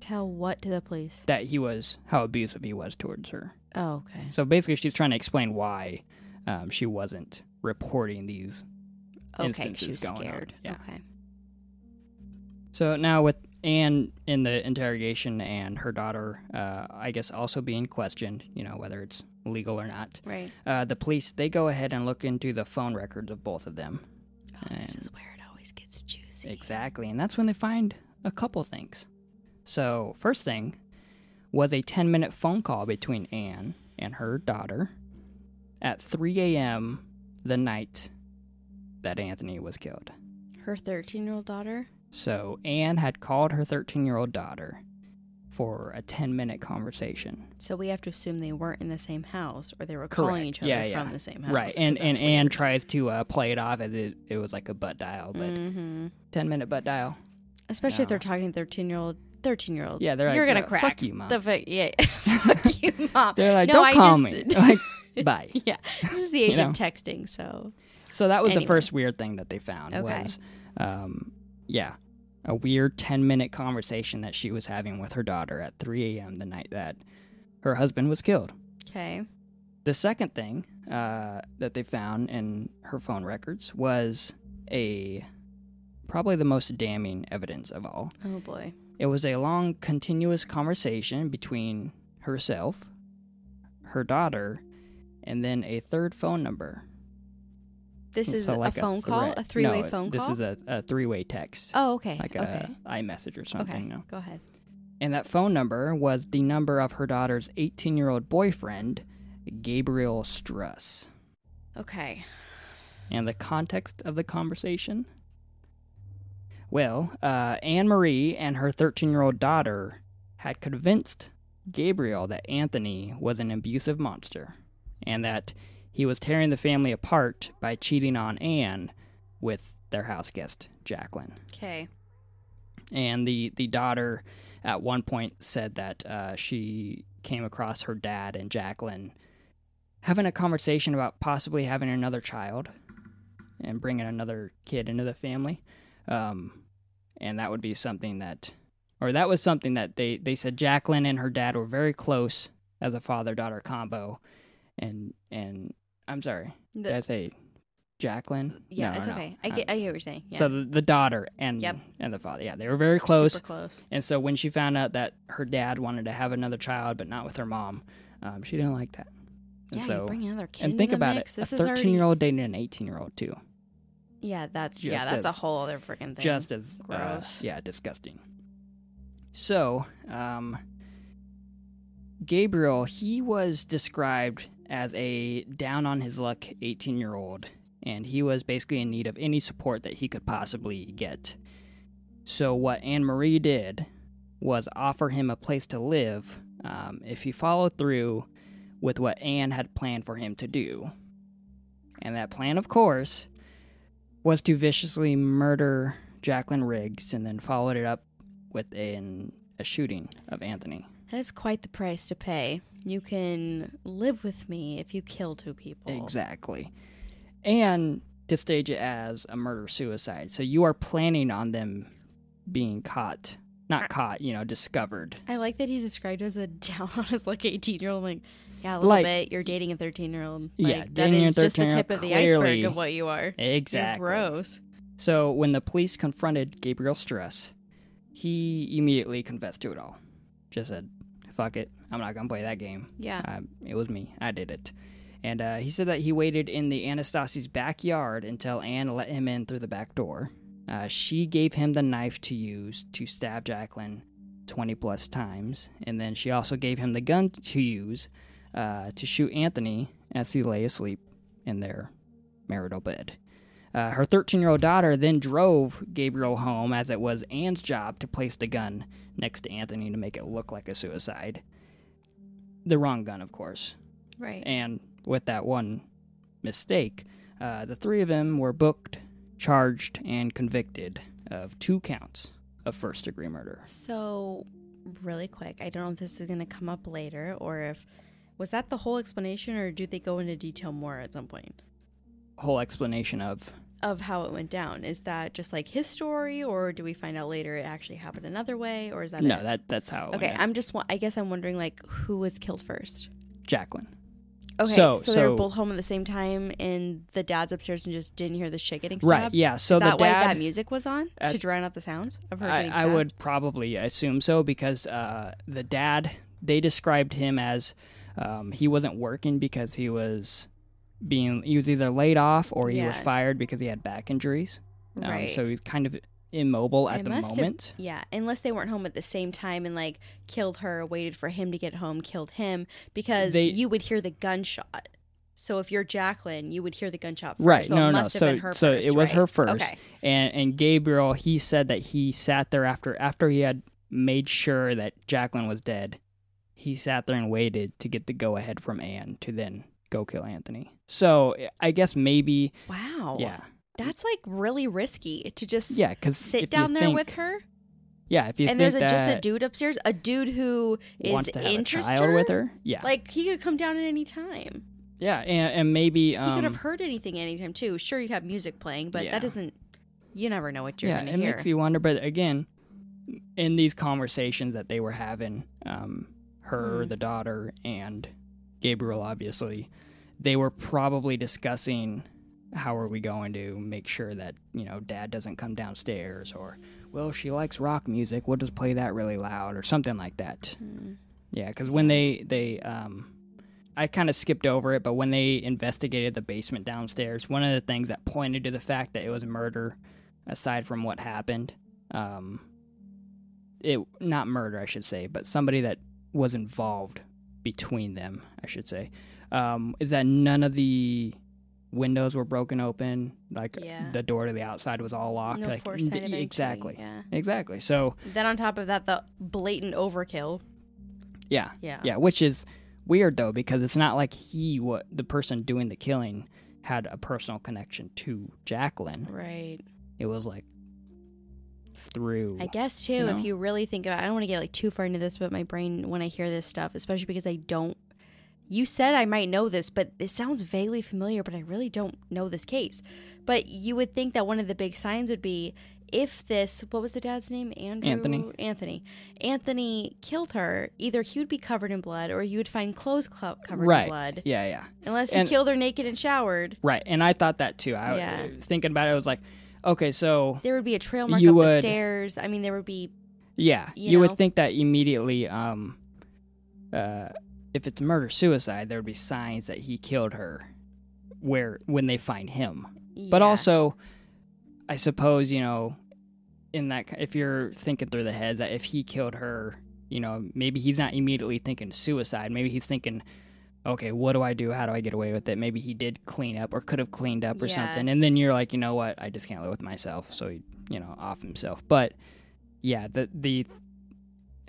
Speaker 2: Tell what to the police?
Speaker 1: that he was how abusive he was towards her.
Speaker 2: Oh, okay.
Speaker 1: So basically, she's trying to explain why um, she wasn't reporting these.
Speaker 2: Okay,
Speaker 1: Instance
Speaker 2: she was
Speaker 1: is going on,
Speaker 2: scared.
Speaker 1: yeah.
Speaker 2: Okay.
Speaker 1: So now with Anne in the interrogation and her daughter, uh, I guess also being questioned, you know whether it's legal or not.
Speaker 2: Right.
Speaker 1: Uh, the police they go ahead and look into the phone records of both of them.
Speaker 2: Oh, this
Speaker 1: uh, And-
Speaker 2: is where it always gets juicy.
Speaker 1: Exactly, and that's when they find a couple things. So first thing was a 10 minute phone call between Anne and her daughter at 3 a.m. the night that Anthony was killed.
Speaker 2: Her 13 year old daughter?
Speaker 1: So Anne had called her 13 year old daughter for a 10 minute conversation.
Speaker 2: So we have to assume they weren't in the same house or they were
Speaker 1: Correct.
Speaker 2: calling each other
Speaker 1: Yeah, yeah.
Speaker 2: from the same house.
Speaker 1: right, and and Anne tries to uh, play it off as it, it was like a butt dial, but
Speaker 2: hmm
Speaker 1: 10 minute butt dial.
Speaker 2: Especially if
Speaker 1: No.
Speaker 2: they're talking to 13 year old. 13 year olds.
Speaker 1: Yeah, they're
Speaker 2: You're
Speaker 1: like,
Speaker 2: going
Speaker 1: "No,
Speaker 2: to crack.
Speaker 1: fuck you, Mom."
Speaker 2: The fu- yeah. fuck you, mom.
Speaker 1: They're like,
Speaker 2: Oh, No,
Speaker 1: don't
Speaker 2: I
Speaker 1: call
Speaker 2: just-
Speaker 1: me. Like, bye.
Speaker 2: yeah. This is the age
Speaker 1: know?
Speaker 2: of texting, so.
Speaker 1: So that was
Speaker 2: Anyway.
Speaker 1: the first weird thing that they found
Speaker 2: Okay.
Speaker 1: was, um, yeah, a weird ten minute conversation that she was having with her daughter at 3 a.m. the night that her husband was killed.
Speaker 2: Okay.
Speaker 1: The second thing uh, that they found in her phone records was a probably the most damning evidence of all.
Speaker 2: Oh, boy.
Speaker 1: It was a long, continuous conversation between herself, her daughter, and then a third phone number.
Speaker 2: This is
Speaker 1: So, like
Speaker 2: a phone call,
Speaker 1: threat.
Speaker 2: a three-way
Speaker 1: No,
Speaker 2: phone
Speaker 1: this
Speaker 2: call.
Speaker 1: is a, a three-way text,
Speaker 2: oh, okay.
Speaker 1: like
Speaker 2: okay.
Speaker 1: a iMessage or something.
Speaker 2: okay.
Speaker 1: no?
Speaker 2: Go ahead.
Speaker 1: And that phone number was the number of her daughter's 18-year-old boyfriend, Gabriel Struss.
Speaker 2: Okay.
Speaker 1: And the context of the conversation? Well, uh, Anne Marie and her 13 year old daughter had convinced Gabriel that Anthony was an abusive monster and that he was tearing the family apart by cheating on Anne with their house guest, Jacqueline.
Speaker 2: Okay.
Speaker 1: And the, the daughter at one point said that uh, she came across her dad and Jacqueline having a conversation about possibly having another child and bringing another kid into the family. Um, and that would be something that, or that was something that they, they said Jacqueline and her dad were very close as a father daughter combo. And, and I'm sorry,
Speaker 2: The-
Speaker 1: did I say Jacqueline.
Speaker 2: Yeah,
Speaker 1: No,
Speaker 2: it's
Speaker 1: no.
Speaker 2: okay. I
Speaker 1: Uh,
Speaker 2: get. I hear what you're saying. Yeah.
Speaker 1: So the, the daughter and
Speaker 2: Yep.
Speaker 1: and the father, yeah, they were very close.
Speaker 2: Super close.
Speaker 1: And so when she found out that her dad wanted to have another child, but not with her mom, um, she didn't like that. And
Speaker 2: Yeah,
Speaker 1: so
Speaker 2: you bring another kid.
Speaker 1: and think
Speaker 2: into the
Speaker 1: about
Speaker 2: mix.
Speaker 1: it,
Speaker 2: This
Speaker 1: a
Speaker 2: is already.
Speaker 1: thirteen-year-old dating an eighteen-year-old too,
Speaker 2: Yeah, that's
Speaker 1: just
Speaker 2: yeah, that's a
Speaker 1: as-
Speaker 2: whole other freaking thing.
Speaker 1: just as uh,
Speaker 2: Gross.
Speaker 1: yeah, disgusting. So, um, Gabriel, he was described as a down on his luck eighteen-year-old, and he was basically in need of any support that he could possibly get. So, what Anne Marie did was offer him a place to live um, if he followed through with what Anne had planned for him to do. And that plan, of course, was to viciously murder Jacqueline Riggs and then followed it up with an, a shooting of Anthony.
Speaker 2: that is quite the price to pay. You can live with me if you kill two people.
Speaker 1: Exactly. And to stage it as a murder suicide. So you are planning on them being caught. Not caught, you know, discovered.
Speaker 2: I like that he's described as a down on his like eighteen year old. Like, yeah, a little
Speaker 1: Like-
Speaker 2: bit. You're dating a thirteen year old.
Speaker 1: Yeah,
Speaker 2: like, that
Speaker 1: dating a
Speaker 2: is just the
Speaker 1: 13-year-old
Speaker 2: tip of the iceberg
Speaker 1: clearly-
Speaker 2: of what you are. You're
Speaker 1: Exactly.
Speaker 2: gross.
Speaker 1: So when the police confronted Gabriel Stress, he immediately confessed to it all. Just said, fuck it, I'm not gonna play that game.
Speaker 2: Yeah.
Speaker 1: Uh, it was me. I did it. And uh, he said that he waited in the Anastasi's backyard until Anne let him in through the back door. Uh, she gave him the knife to use to stab Jacqueline 20 plus times. And then she also gave him the gun to use uh, to shoot Anthony as he lay asleep in their marital bed. Uh, her 13 year old daughter then drove Gabriel home as it was Anne's job to place the gun next to Anthony to make it look like a suicide. The wrong gun, of course.
Speaker 2: Right.
Speaker 1: And with that one mistake, uh, the three of them were booked, charged, and convicted of two counts of first degree murder.
Speaker 2: So, really quick, I don't know if this is going to come up later or if was that the whole explanation or do they go into detail more at some point
Speaker 1: Whole explanation of
Speaker 2: of how it went down? Is that just like his story or do we find out later it actually happened another way or is that
Speaker 1: no,
Speaker 2: it?
Speaker 1: that that's how. it
Speaker 2: Okay,
Speaker 1: went.
Speaker 2: I'm just wa- I guess I'm wondering like who was killed first.
Speaker 1: Jacqueline.
Speaker 2: Okay,
Speaker 1: So-
Speaker 2: so, they
Speaker 1: so-
Speaker 2: were both home at the same time and the dad's upstairs and just didn't hear the shit getting stabbed.
Speaker 1: Right? Yeah. So
Speaker 2: Is
Speaker 1: the
Speaker 2: that
Speaker 1: dad.
Speaker 2: why that music was on
Speaker 1: Uh,
Speaker 2: to drown out the sounds of her getting
Speaker 1: I, I
Speaker 2: stabbed?
Speaker 1: would probably assume so because uh, the dad they described him as um, he wasn't working because he was being he was either laid off or he was
Speaker 2: Yeah.
Speaker 1: fired because he had back injuries. Um,
Speaker 2: Right.
Speaker 1: So he's kind of immobile at
Speaker 2: It
Speaker 1: the
Speaker 2: must have-
Speaker 1: moment.
Speaker 2: yeah, unless they weren't home at the same time and like killed her, waited for him to get home, killed him because
Speaker 1: They-
Speaker 2: you would hear the gunshot. So if you're Jacqueline, you would hear the gunshot. First.
Speaker 1: Right.
Speaker 2: So
Speaker 1: no,
Speaker 2: it
Speaker 1: no.
Speaker 2: must
Speaker 1: So
Speaker 2: Have been her
Speaker 1: so
Speaker 2: first,
Speaker 1: it was
Speaker 2: right?
Speaker 1: her first.
Speaker 2: Okay.
Speaker 1: And and Gabriel he said that he sat there after after he had made sure that Jacqueline was dead. He sat there and waited to get the go ahead from Anne to then go kill Anthony. So I guess maybe
Speaker 2: Oh, Wow.
Speaker 1: yeah.
Speaker 2: That's like really risky to just
Speaker 1: Yeah, because
Speaker 2: sit down there with her.
Speaker 1: Yeah, if you think
Speaker 2: and there's a, just a
Speaker 1: that
Speaker 2: dude upstairs, a dude who is
Speaker 1: wants to have a
Speaker 2: interested.
Speaker 1: child with her, yeah,
Speaker 2: Like he could come down at any time.
Speaker 1: yeah, and, and maybe
Speaker 2: He could
Speaker 1: um,
Speaker 2: have heard anything at any time too. Sure, you have music playing, but
Speaker 1: Yeah.
Speaker 2: that doesn't. You never know what you're
Speaker 1: yeah,
Speaker 2: gonna
Speaker 1: it
Speaker 2: hear.
Speaker 1: makes you wonder. But again, in these conversations that they were having, um, her,
Speaker 2: Mhm.
Speaker 1: the daughter, and Gabriel, obviously, they were probably discussing how are we going to make sure that you know dad doesn't come downstairs or well she likes rock music we'll just play that really loud or something like that
Speaker 2: Hmm.
Speaker 1: Yeah, because when they they um, I kind of skipped over it, but when they investigated the basement downstairs, one of the things that pointed to the fact that it was murder, aside from what happened, um, it not murder I should say, but somebody that was involved between them I should say, um, is that none of the windows were broken open, like
Speaker 2: Yeah.
Speaker 1: the door to the outside was all locked,
Speaker 2: No
Speaker 1: like
Speaker 2: foresight
Speaker 1: d-
Speaker 2: eventually,
Speaker 1: exactly,
Speaker 2: yeah.
Speaker 1: exactly. So
Speaker 2: Then on top of that, the blatant overkill.
Speaker 1: yeah,
Speaker 2: Yeah.
Speaker 1: Yeah, which is weird though because it's not like he what the person doing the killing had a personal connection to Jacqueline.
Speaker 2: Right.
Speaker 1: It was like through
Speaker 2: I guess too,
Speaker 1: No.
Speaker 2: if you really think about I don't want to get like too far into this, but my brain when I hear this stuff, especially because I don't you said I might know this, but it sounds vaguely familiar, but I really don't know this case. But you would think that one of the big signs would be if this, what was the dad's name? Andrew?
Speaker 1: Anthony.
Speaker 2: Anthony. Anthony killed her, either he would be covered in blood or you would find clothes clo- covered
Speaker 1: right.
Speaker 2: in blood.
Speaker 1: Yeah, yeah.
Speaker 2: Unless he
Speaker 1: And-
Speaker 2: killed her naked and showered,
Speaker 1: Right. And I thought that too. I uh,
Speaker 2: Yeah.
Speaker 1: thinking about it I was like, okay, so
Speaker 2: there would be a trail mark
Speaker 1: You
Speaker 2: up the
Speaker 1: would-
Speaker 2: stairs. I mean, there would be
Speaker 1: yeah,
Speaker 2: You
Speaker 1: you,
Speaker 2: know?
Speaker 1: would think that immediately um uh if it's murder suicide, there would be signs that he killed her where when they find him. But
Speaker 2: yeah.
Speaker 1: also, I suppose you know, in that if you're thinking through the heads that if he killed her, you know, maybe he's not immediately thinking suicide. Maybe he's thinking, okay, what do I do? How do I get away with it? Maybe he did clean up or could have cleaned up or
Speaker 2: Yeah.
Speaker 1: something. And then you're like, you know what? I just can't live with myself. So he, you know, off himself. But yeah, the the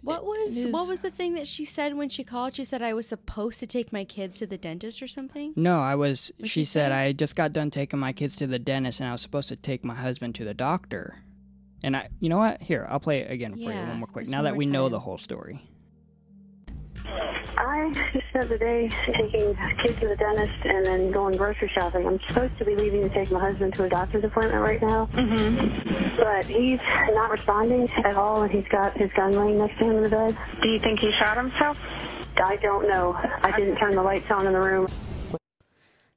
Speaker 2: What was
Speaker 1: is-
Speaker 2: what was the thing that she said when she called? She said I was supposed to take my kids to the dentist or something.
Speaker 1: no, I was.
Speaker 2: What'd
Speaker 1: she
Speaker 2: she
Speaker 1: said
Speaker 2: say?
Speaker 1: I just got done taking my kids to the dentist, and I was supposed to take my husband to the doctor. And I, you know what? Here, I'll play it again for
Speaker 2: Yeah,
Speaker 1: you one more quick.
Speaker 2: just
Speaker 1: Now
Speaker 2: one
Speaker 1: that
Speaker 2: more
Speaker 1: we know
Speaker 2: time.
Speaker 1: the whole story.
Speaker 3: I just spent the day taking kid to the dentist and then going grocery shopping. I'm supposed to be leaving to take my husband to a doctor's appointment right now,
Speaker 4: Mm-hmm.
Speaker 3: but he's not responding at all, and he's got his gun laying next to him in the bed.
Speaker 4: Do you think he shot himself?
Speaker 3: I don't know. I didn't turn the lights on in the room.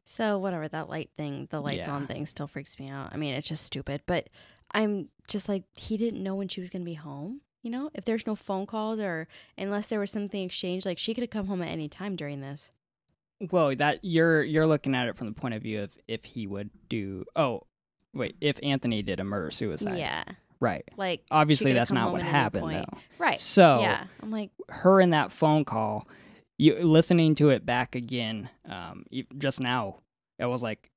Speaker 2: So whatever that light thing, the lights
Speaker 1: Yeah.
Speaker 2: on thing still freaks me out. I mean, it's just stupid, but I'm just like he didn't know when she was going to be home, you know? If there's no phone calls or unless there was something exchanged, like she could have come home at any time during this.
Speaker 1: Well, that you're you're looking at it from the point of view of if he would do. Oh, wait, if Anthony did a murder suicide,
Speaker 2: Yeah.
Speaker 1: right.
Speaker 2: Like she
Speaker 1: Obviously,
Speaker 2: coulda
Speaker 1: that's
Speaker 2: come
Speaker 1: not
Speaker 2: home
Speaker 1: what
Speaker 2: at any
Speaker 1: happened
Speaker 2: point.
Speaker 1: though.
Speaker 2: Right.
Speaker 1: So
Speaker 2: yeah. I'm like
Speaker 1: her in that phone call, you listening to it back again, um, e- just now, I was like,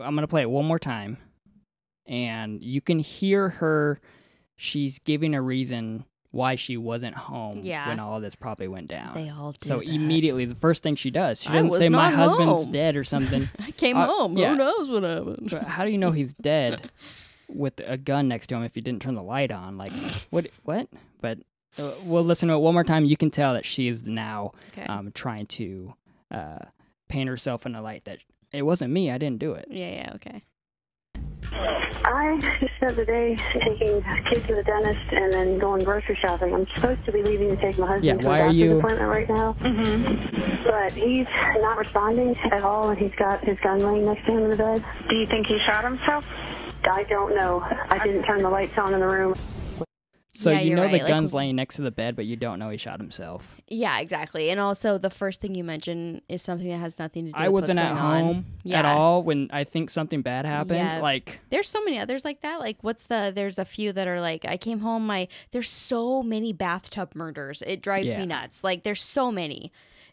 Speaker 1: I'm gonna play it one more time, and you can hear her. She's giving a reason why she wasn't home
Speaker 2: Yeah.
Speaker 1: when all this probably went down.
Speaker 2: they all do
Speaker 1: uh, so
Speaker 2: that.
Speaker 1: immediately, the first thing she does, she
Speaker 2: I
Speaker 1: doesn't
Speaker 2: was
Speaker 1: say my
Speaker 2: not
Speaker 1: husband's
Speaker 2: home."
Speaker 1: dead or something.
Speaker 2: I came
Speaker 1: Uh,
Speaker 2: home.
Speaker 1: yeah.
Speaker 2: Who knows what happened?
Speaker 1: But how do you know he's dead with a gun next to him if you didn't turn the light on? Like, what? What? But uh, we'll listen to it one more time. You can tell that she is now
Speaker 2: Okay.
Speaker 1: um, trying to uh, paint herself in a light that it wasn't me. I didn't do it.
Speaker 2: yeah, yeah, okay.
Speaker 3: I just spent the day taking kid to the dentist and then going grocery shopping. I'm supposed to be leaving to take my husband
Speaker 1: Yeah,
Speaker 3: to
Speaker 1: why
Speaker 3: a
Speaker 1: are
Speaker 3: doctor's
Speaker 1: you-
Speaker 3: appointment right now,
Speaker 4: Mm-hmm.
Speaker 3: but he's not responding at all, and he's got his gun laying next to him in the bed.
Speaker 4: Do you think he shot himself?
Speaker 3: I don't know. I didn't turn the lights on in the room.
Speaker 1: So
Speaker 2: Yeah,
Speaker 1: you
Speaker 2: you're
Speaker 1: know the
Speaker 2: right, like-
Speaker 1: gun's laying next to the bed, but you don't know he shot himself.
Speaker 2: Yeah, exactly. And also, the first thing you mentioned is something that has nothing to do.
Speaker 1: I
Speaker 2: with
Speaker 1: wasn't
Speaker 2: what's
Speaker 1: at
Speaker 2: going on.
Speaker 1: home at
Speaker 2: Yeah.
Speaker 1: all when I think something bad happened.
Speaker 2: Yeah.
Speaker 1: Like,
Speaker 2: There's so many others like that. Like, what's the? There's a few that are like, I came home. My there's so many bathtub murders. It drives
Speaker 1: Yeah.
Speaker 2: me nuts. Like, there's so many,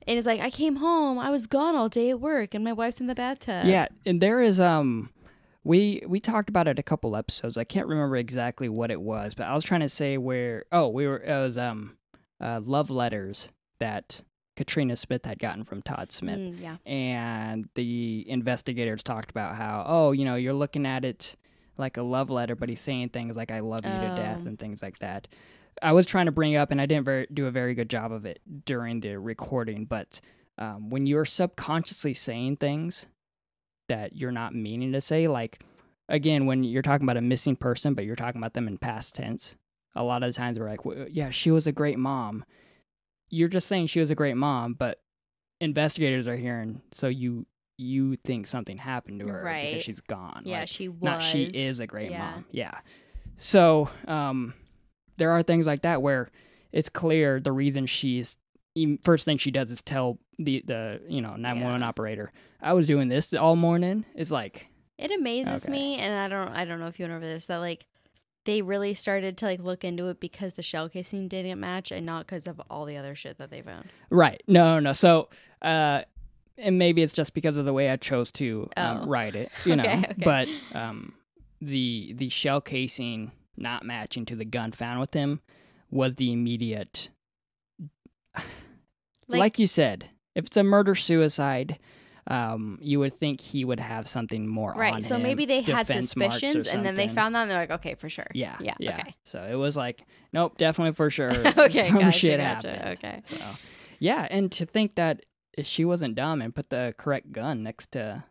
Speaker 2: and it's like I came home. I was gone all day at work, and my wife's in the bathtub.
Speaker 1: yeah, and there is um. We we talked about it a couple episodes. I can't remember exactly what it was, but I was trying to say where oh, we were it was um uh, love letters that Katrina Smith had gotten from Todd Smith.
Speaker 2: Mm, yeah.
Speaker 1: and the investigators talked about how oh you know you're looking at it like a love letter but he's saying things like i love you to death
Speaker 2: Oh.
Speaker 1: and things like that i was trying to bring up and i didn't ver- do a very good job of it during the recording but um, when you're subconsciously saying things that you're not meaning to say like again when you're talking about a missing person but you're talking about them in past tense a lot of the times we're like "Well, yeah she was a great mom you're just saying she was a great mom but investigators are hearing so you you think something happened to her
Speaker 2: Right.
Speaker 1: because she's gone
Speaker 2: Yeah,
Speaker 1: Like,
Speaker 2: she was.
Speaker 1: not she is a great
Speaker 2: Yeah.
Speaker 1: mom yeah so um there are things like that where it's clear the reason she's em- first thing she does is tell the the you know 911
Speaker 2: Yeah.
Speaker 1: operator i was doing this all morning it's like
Speaker 2: It amazes
Speaker 1: Okay.
Speaker 2: me, and I don't. I don't know if you went over this. That like. They really started to like look into it because the shell casing didn't match, and not because of all the other shit that they found.
Speaker 1: right no no so uh and maybe it's just because of the way i chose to um,
Speaker 2: Oh.
Speaker 1: write it you know
Speaker 2: Okay, okay.
Speaker 1: but um the the shell casing not matching to the gun found with him was the immediate like, you said, if it's a murder suicide, um, you would think he would have something more
Speaker 2: right
Speaker 1: on
Speaker 2: so
Speaker 1: him,
Speaker 2: maybe they had
Speaker 1: defense marks or
Speaker 2: suspicions and then they
Speaker 1: something.
Speaker 2: found that and they're like okay for sure
Speaker 1: yeah,
Speaker 2: yeah, okay
Speaker 1: So it was like, nope, definitely for sure.
Speaker 2: okay
Speaker 1: some
Speaker 2: gotcha,
Speaker 1: shit
Speaker 2: gotcha,
Speaker 1: happened.
Speaker 2: okay
Speaker 1: So, yeah, and to think that she wasn't dumb and put the correct gun next to,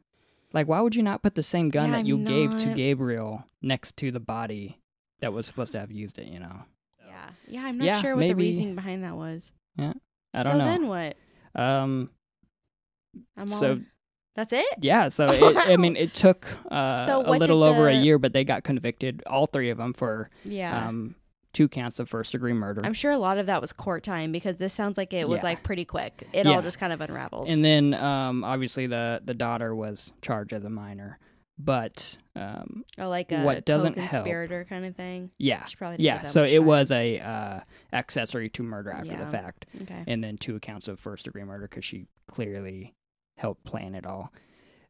Speaker 1: like, why would you not put the same gun
Speaker 2: Yeah,
Speaker 1: that
Speaker 2: I'm
Speaker 1: you gave to
Speaker 2: not-
Speaker 1: Gabriel next to the body that was supposed to have used it, you know.
Speaker 2: Yeah. Yeah, I'm not
Speaker 1: Yeah,
Speaker 2: sure what the
Speaker 1: maybe.
Speaker 2: reasoning behind that was.
Speaker 1: I
Speaker 2: so
Speaker 1: don't
Speaker 2: then
Speaker 1: know.
Speaker 2: what?
Speaker 1: um
Speaker 2: I'm all
Speaker 1: so
Speaker 2: That's it?
Speaker 1: yeah, so it, I mean it took uh,
Speaker 2: So
Speaker 1: a
Speaker 2: what did
Speaker 1: little over a
Speaker 2: the-
Speaker 1: year but they got convicted all three of them for
Speaker 2: Yeah.
Speaker 1: um two counts of first degree murder.
Speaker 2: I'm sure a lot of that was court time because this sounds like it was
Speaker 1: Yeah.
Speaker 2: like pretty quick. It
Speaker 1: Yeah.
Speaker 2: all just kind of unraveled.
Speaker 1: And then um, obviously the the daughter was charged as a minor, but um,
Speaker 2: or like a
Speaker 1: what doesn't help-
Speaker 2: conspirator kind of thing.
Speaker 1: yeah,
Speaker 2: She probably didn't
Speaker 1: yeah.
Speaker 2: get that
Speaker 1: So
Speaker 2: much
Speaker 1: it
Speaker 2: time.
Speaker 1: was a uh, accessory to murder after
Speaker 2: Yeah.
Speaker 1: the fact,
Speaker 2: Okay.
Speaker 1: and then two accounts of first degree murder because she clearly helped plan it all.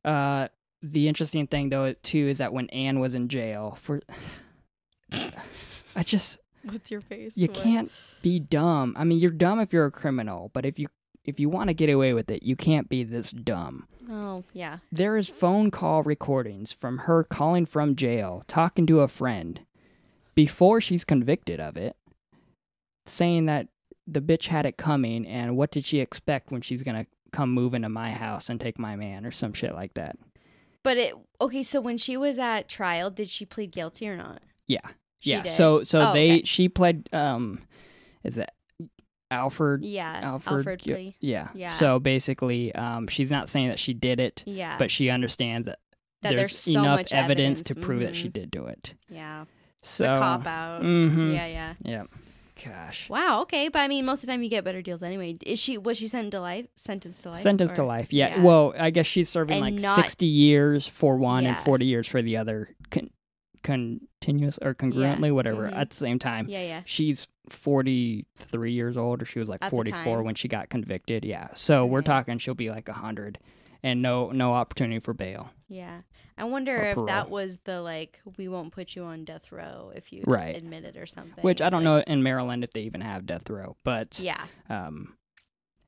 Speaker 1: Uh, the interesting thing though too is that when Anne was in jail for, I just
Speaker 2: What's your face?
Speaker 1: you can't be dumb. I mean, you're dumb if you're a criminal, but if you if you want to get away with it, you can't be this dumb.
Speaker 2: Oh, yeah.
Speaker 1: There is phone call recordings from her calling from jail, talking to a friend before she's convicted of it, saying that the bitch had it coming and what did she expect when she's going to come move into my house and take my man or some shit like that.
Speaker 2: But it okay, so when she was at trial, did she plead guilty or not?
Speaker 1: Yeah.
Speaker 2: She
Speaker 1: yeah.
Speaker 2: did.
Speaker 1: So so
Speaker 2: Oh,
Speaker 1: they
Speaker 2: okay.
Speaker 1: she pled um is it Alfred
Speaker 2: Yeah.
Speaker 1: Alfred,
Speaker 2: Alfred
Speaker 1: yeah,
Speaker 2: plea.
Speaker 1: yeah.
Speaker 2: Yeah.
Speaker 1: So basically um she's not saying that she did it,
Speaker 2: Yeah.
Speaker 1: but she understands that,
Speaker 2: That
Speaker 1: there's,
Speaker 2: there's so
Speaker 1: enough
Speaker 2: much
Speaker 1: evidence, to
Speaker 2: evidence.
Speaker 1: prove that she
Speaker 2: Mhm.
Speaker 1: did do it.
Speaker 2: yeah. It's
Speaker 1: So
Speaker 2: a cop out.
Speaker 1: Mm-hmm.
Speaker 2: Yeah, yeah.
Speaker 1: Yeah. Gosh.
Speaker 2: Wow. Okay, but I mean, most of the time you get better deals anyway. Is she was she sentenced to life? Sentenced to life.
Speaker 1: Sentenced to
Speaker 2: or-
Speaker 1: life. Yeah. Well, I guess she's serving
Speaker 2: And
Speaker 1: like
Speaker 2: not-
Speaker 1: 60 years for one and
Speaker 2: Yeah.
Speaker 1: 40 years for the other, con- continuous or congruently, whatever,
Speaker 2: Mhm.
Speaker 1: at the same time.
Speaker 2: Yeah, yeah.
Speaker 1: She's 43 years old, or she was like
Speaker 2: At the
Speaker 1: 44
Speaker 2: time. Mm-hmm.
Speaker 1: when she got convicted. Yeah. So we're
Speaker 2: Right.
Speaker 1: talking she'll be like 100 and no no opportunity for bail.
Speaker 2: Yeah. I wonder
Speaker 1: Or
Speaker 2: if
Speaker 1: parole.
Speaker 2: that was the like we won't put you on death row if you
Speaker 1: Right.
Speaker 2: admit it or something.
Speaker 1: Which I
Speaker 2: It's
Speaker 1: don't
Speaker 2: like-
Speaker 1: know in Maryland if they even have death row, but
Speaker 2: Yeah.
Speaker 1: um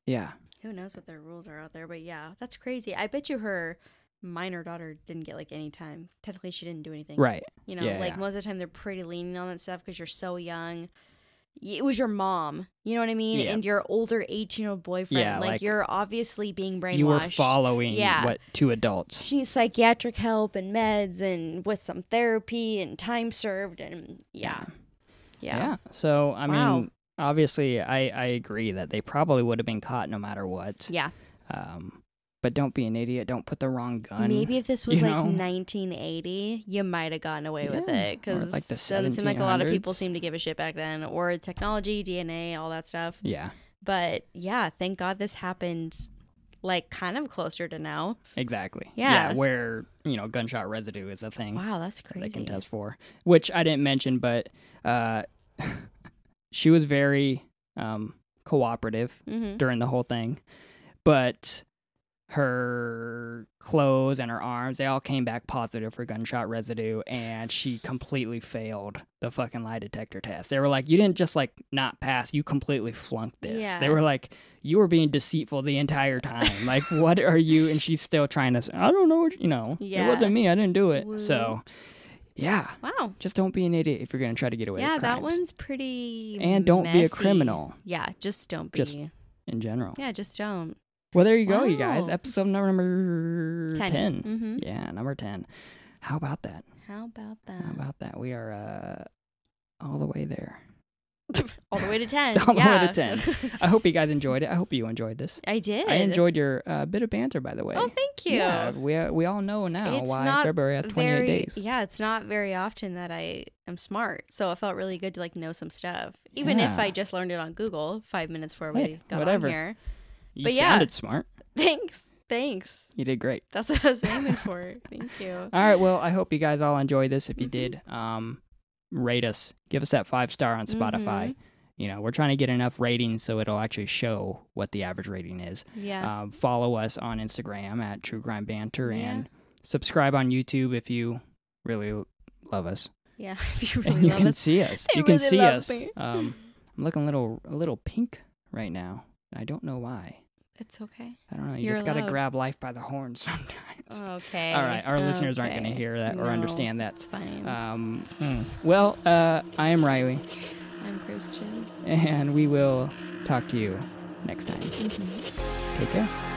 Speaker 1: yeah.
Speaker 2: Who knows what their rules are out there, but yeah, that's crazy. I bet you her minor daughter didn't get like any time. Technically she didn't do anything.
Speaker 1: Right.
Speaker 2: You know,
Speaker 1: Yeah,
Speaker 2: like
Speaker 1: yeah.
Speaker 2: most of the time they're pretty leaning on that stuff because you're so young. Y- It was your mom, you know what I mean,
Speaker 1: Yeah.
Speaker 2: and your older eighteen-year-old boyfriend.
Speaker 1: Yeah,
Speaker 2: like,
Speaker 1: like,
Speaker 2: you're obviously being brainwashed.
Speaker 1: You were following
Speaker 2: Yeah.
Speaker 1: what two adults.
Speaker 2: She needs psychiatric help and meds and with some therapy and time served and yeah. Yeah.
Speaker 1: Yeah. So I
Speaker 2: Wow.
Speaker 1: mean, obviously, I I agree that they probably would have been caught no matter what.
Speaker 2: Yeah.
Speaker 1: Um, but don't be an idiot. Don't put the wrong gun.
Speaker 2: Maybe if this was
Speaker 1: you
Speaker 2: like
Speaker 1: know?
Speaker 2: 1980, you might have gotten away with
Speaker 1: Yeah,
Speaker 2: it
Speaker 1: or
Speaker 2: because
Speaker 1: like the
Speaker 2: doesn't seem like a lot of people
Speaker 1: 1700s.
Speaker 2: seem to give a shit back then, or technology, DNA, all that stuff.
Speaker 1: Yeah.
Speaker 2: But yeah, thank God this happened like kind of closer to now.
Speaker 1: Exactly.
Speaker 2: Yeah.
Speaker 1: Where you know gunshot residue is a thing
Speaker 2: Wow, that's
Speaker 1: that they
Speaker 2: crazy.
Speaker 1: can test for, which I didn't mention, but uh, she was very um cooperative
Speaker 2: hmm
Speaker 1: during the whole thing, but her clothes and her arms they all came back positive for gunshot residue and she completely failed the fucking lie detector test they were like you didn't just like not pass you completely flunked this they
Speaker 2: Yeah.
Speaker 1: were like you were being deceitful the entire time like what are you and she's still trying to s- i don't know what you know
Speaker 2: Yeah.
Speaker 1: it wasn't me i didn't do it so yeah
Speaker 2: Wow.
Speaker 1: just don't be an idiot if you're gonna try to get away
Speaker 2: Yeah,
Speaker 1: with
Speaker 2: that
Speaker 1: crimes
Speaker 2: one's pretty.
Speaker 1: And don't be a
Speaker 2: messy.
Speaker 1: criminal.
Speaker 2: Yeah, just don't be.
Speaker 1: Just- in general
Speaker 2: yeah, just don't.
Speaker 1: Well, there you go, you guys.
Speaker 2: Wow.
Speaker 1: Episode number 10.
Speaker 2: Mm-hmm.
Speaker 1: Yeah, number 10. How about that?
Speaker 2: How about that?
Speaker 1: How about that? We are uh, all the way there.
Speaker 2: All the way to 10.
Speaker 1: All the way to
Speaker 2: yeah.
Speaker 1: 10. I hope you guys enjoyed it. I hope you enjoyed this.
Speaker 2: I did.
Speaker 1: I enjoyed your uh, bit of banter, by the way.
Speaker 2: Oh, thank you.
Speaker 1: Yeah, we, uh, we all know now
Speaker 2: It's
Speaker 1: why
Speaker 2: not
Speaker 1: February has 28
Speaker 2: very,
Speaker 1: days.
Speaker 2: Yeah, it's not very often that I am smart. So it felt really good to like know some stuff. Even
Speaker 1: Yeah.
Speaker 2: if I just learned it on Google five minutes before we
Speaker 1: Hey,
Speaker 2: got
Speaker 1: whatever.
Speaker 2: on here.
Speaker 1: You
Speaker 2: but yeah.
Speaker 1: sounded smart.
Speaker 2: Thanks. Thanks.
Speaker 1: You did great.
Speaker 2: That's what I was aiming for. Thank you.
Speaker 1: All right. Well, I hope you guys all enjoyed this. If you
Speaker 2: Mhm.
Speaker 1: did, um, rate us. Give us that five star on Spotify.
Speaker 2: Mm-hmm.
Speaker 1: You know, we're trying to get enough ratings so it'll actually show what the average rating is.
Speaker 2: Yeah.
Speaker 1: Um, follow us on Instagram at True Crime Banter
Speaker 2: Yeah.
Speaker 1: and subscribe on YouTube if you really l- love us
Speaker 2: yeah. If you
Speaker 1: and
Speaker 2: really
Speaker 1: you
Speaker 2: love
Speaker 1: can
Speaker 2: us.
Speaker 1: see us.
Speaker 2: They
Speaker 1: you can
Speaker 2: really
Speaker 1: see
Speaker 2: love
Speaker 1: us.
Speaker 2: me.
Speaker 1: Um, I'm looking a little a little pink right now. I don't know why.
Speaker 2: It's okay.
Speaker 1: I don't know. You
Speaker 2: You're
Speaker 1: just got to
Speaker 2: allowed.
Speaker 1: grab life by the horn sometimes.
Speaker 2: Okay.
Speaker 1: All right, our listeners aren't going to
Speaker 2: Okay.
Speaker 1: hear that or
Speaker 2: No,
Speaker 1: understand that.
Speaker 2: It's fine.
Speaker 1: Um, mm. well, uh, I am Riley,
Speaker 2: I'm Christian. Mm-hmm.
Speaker 1: and we will talk to you next time. Take care.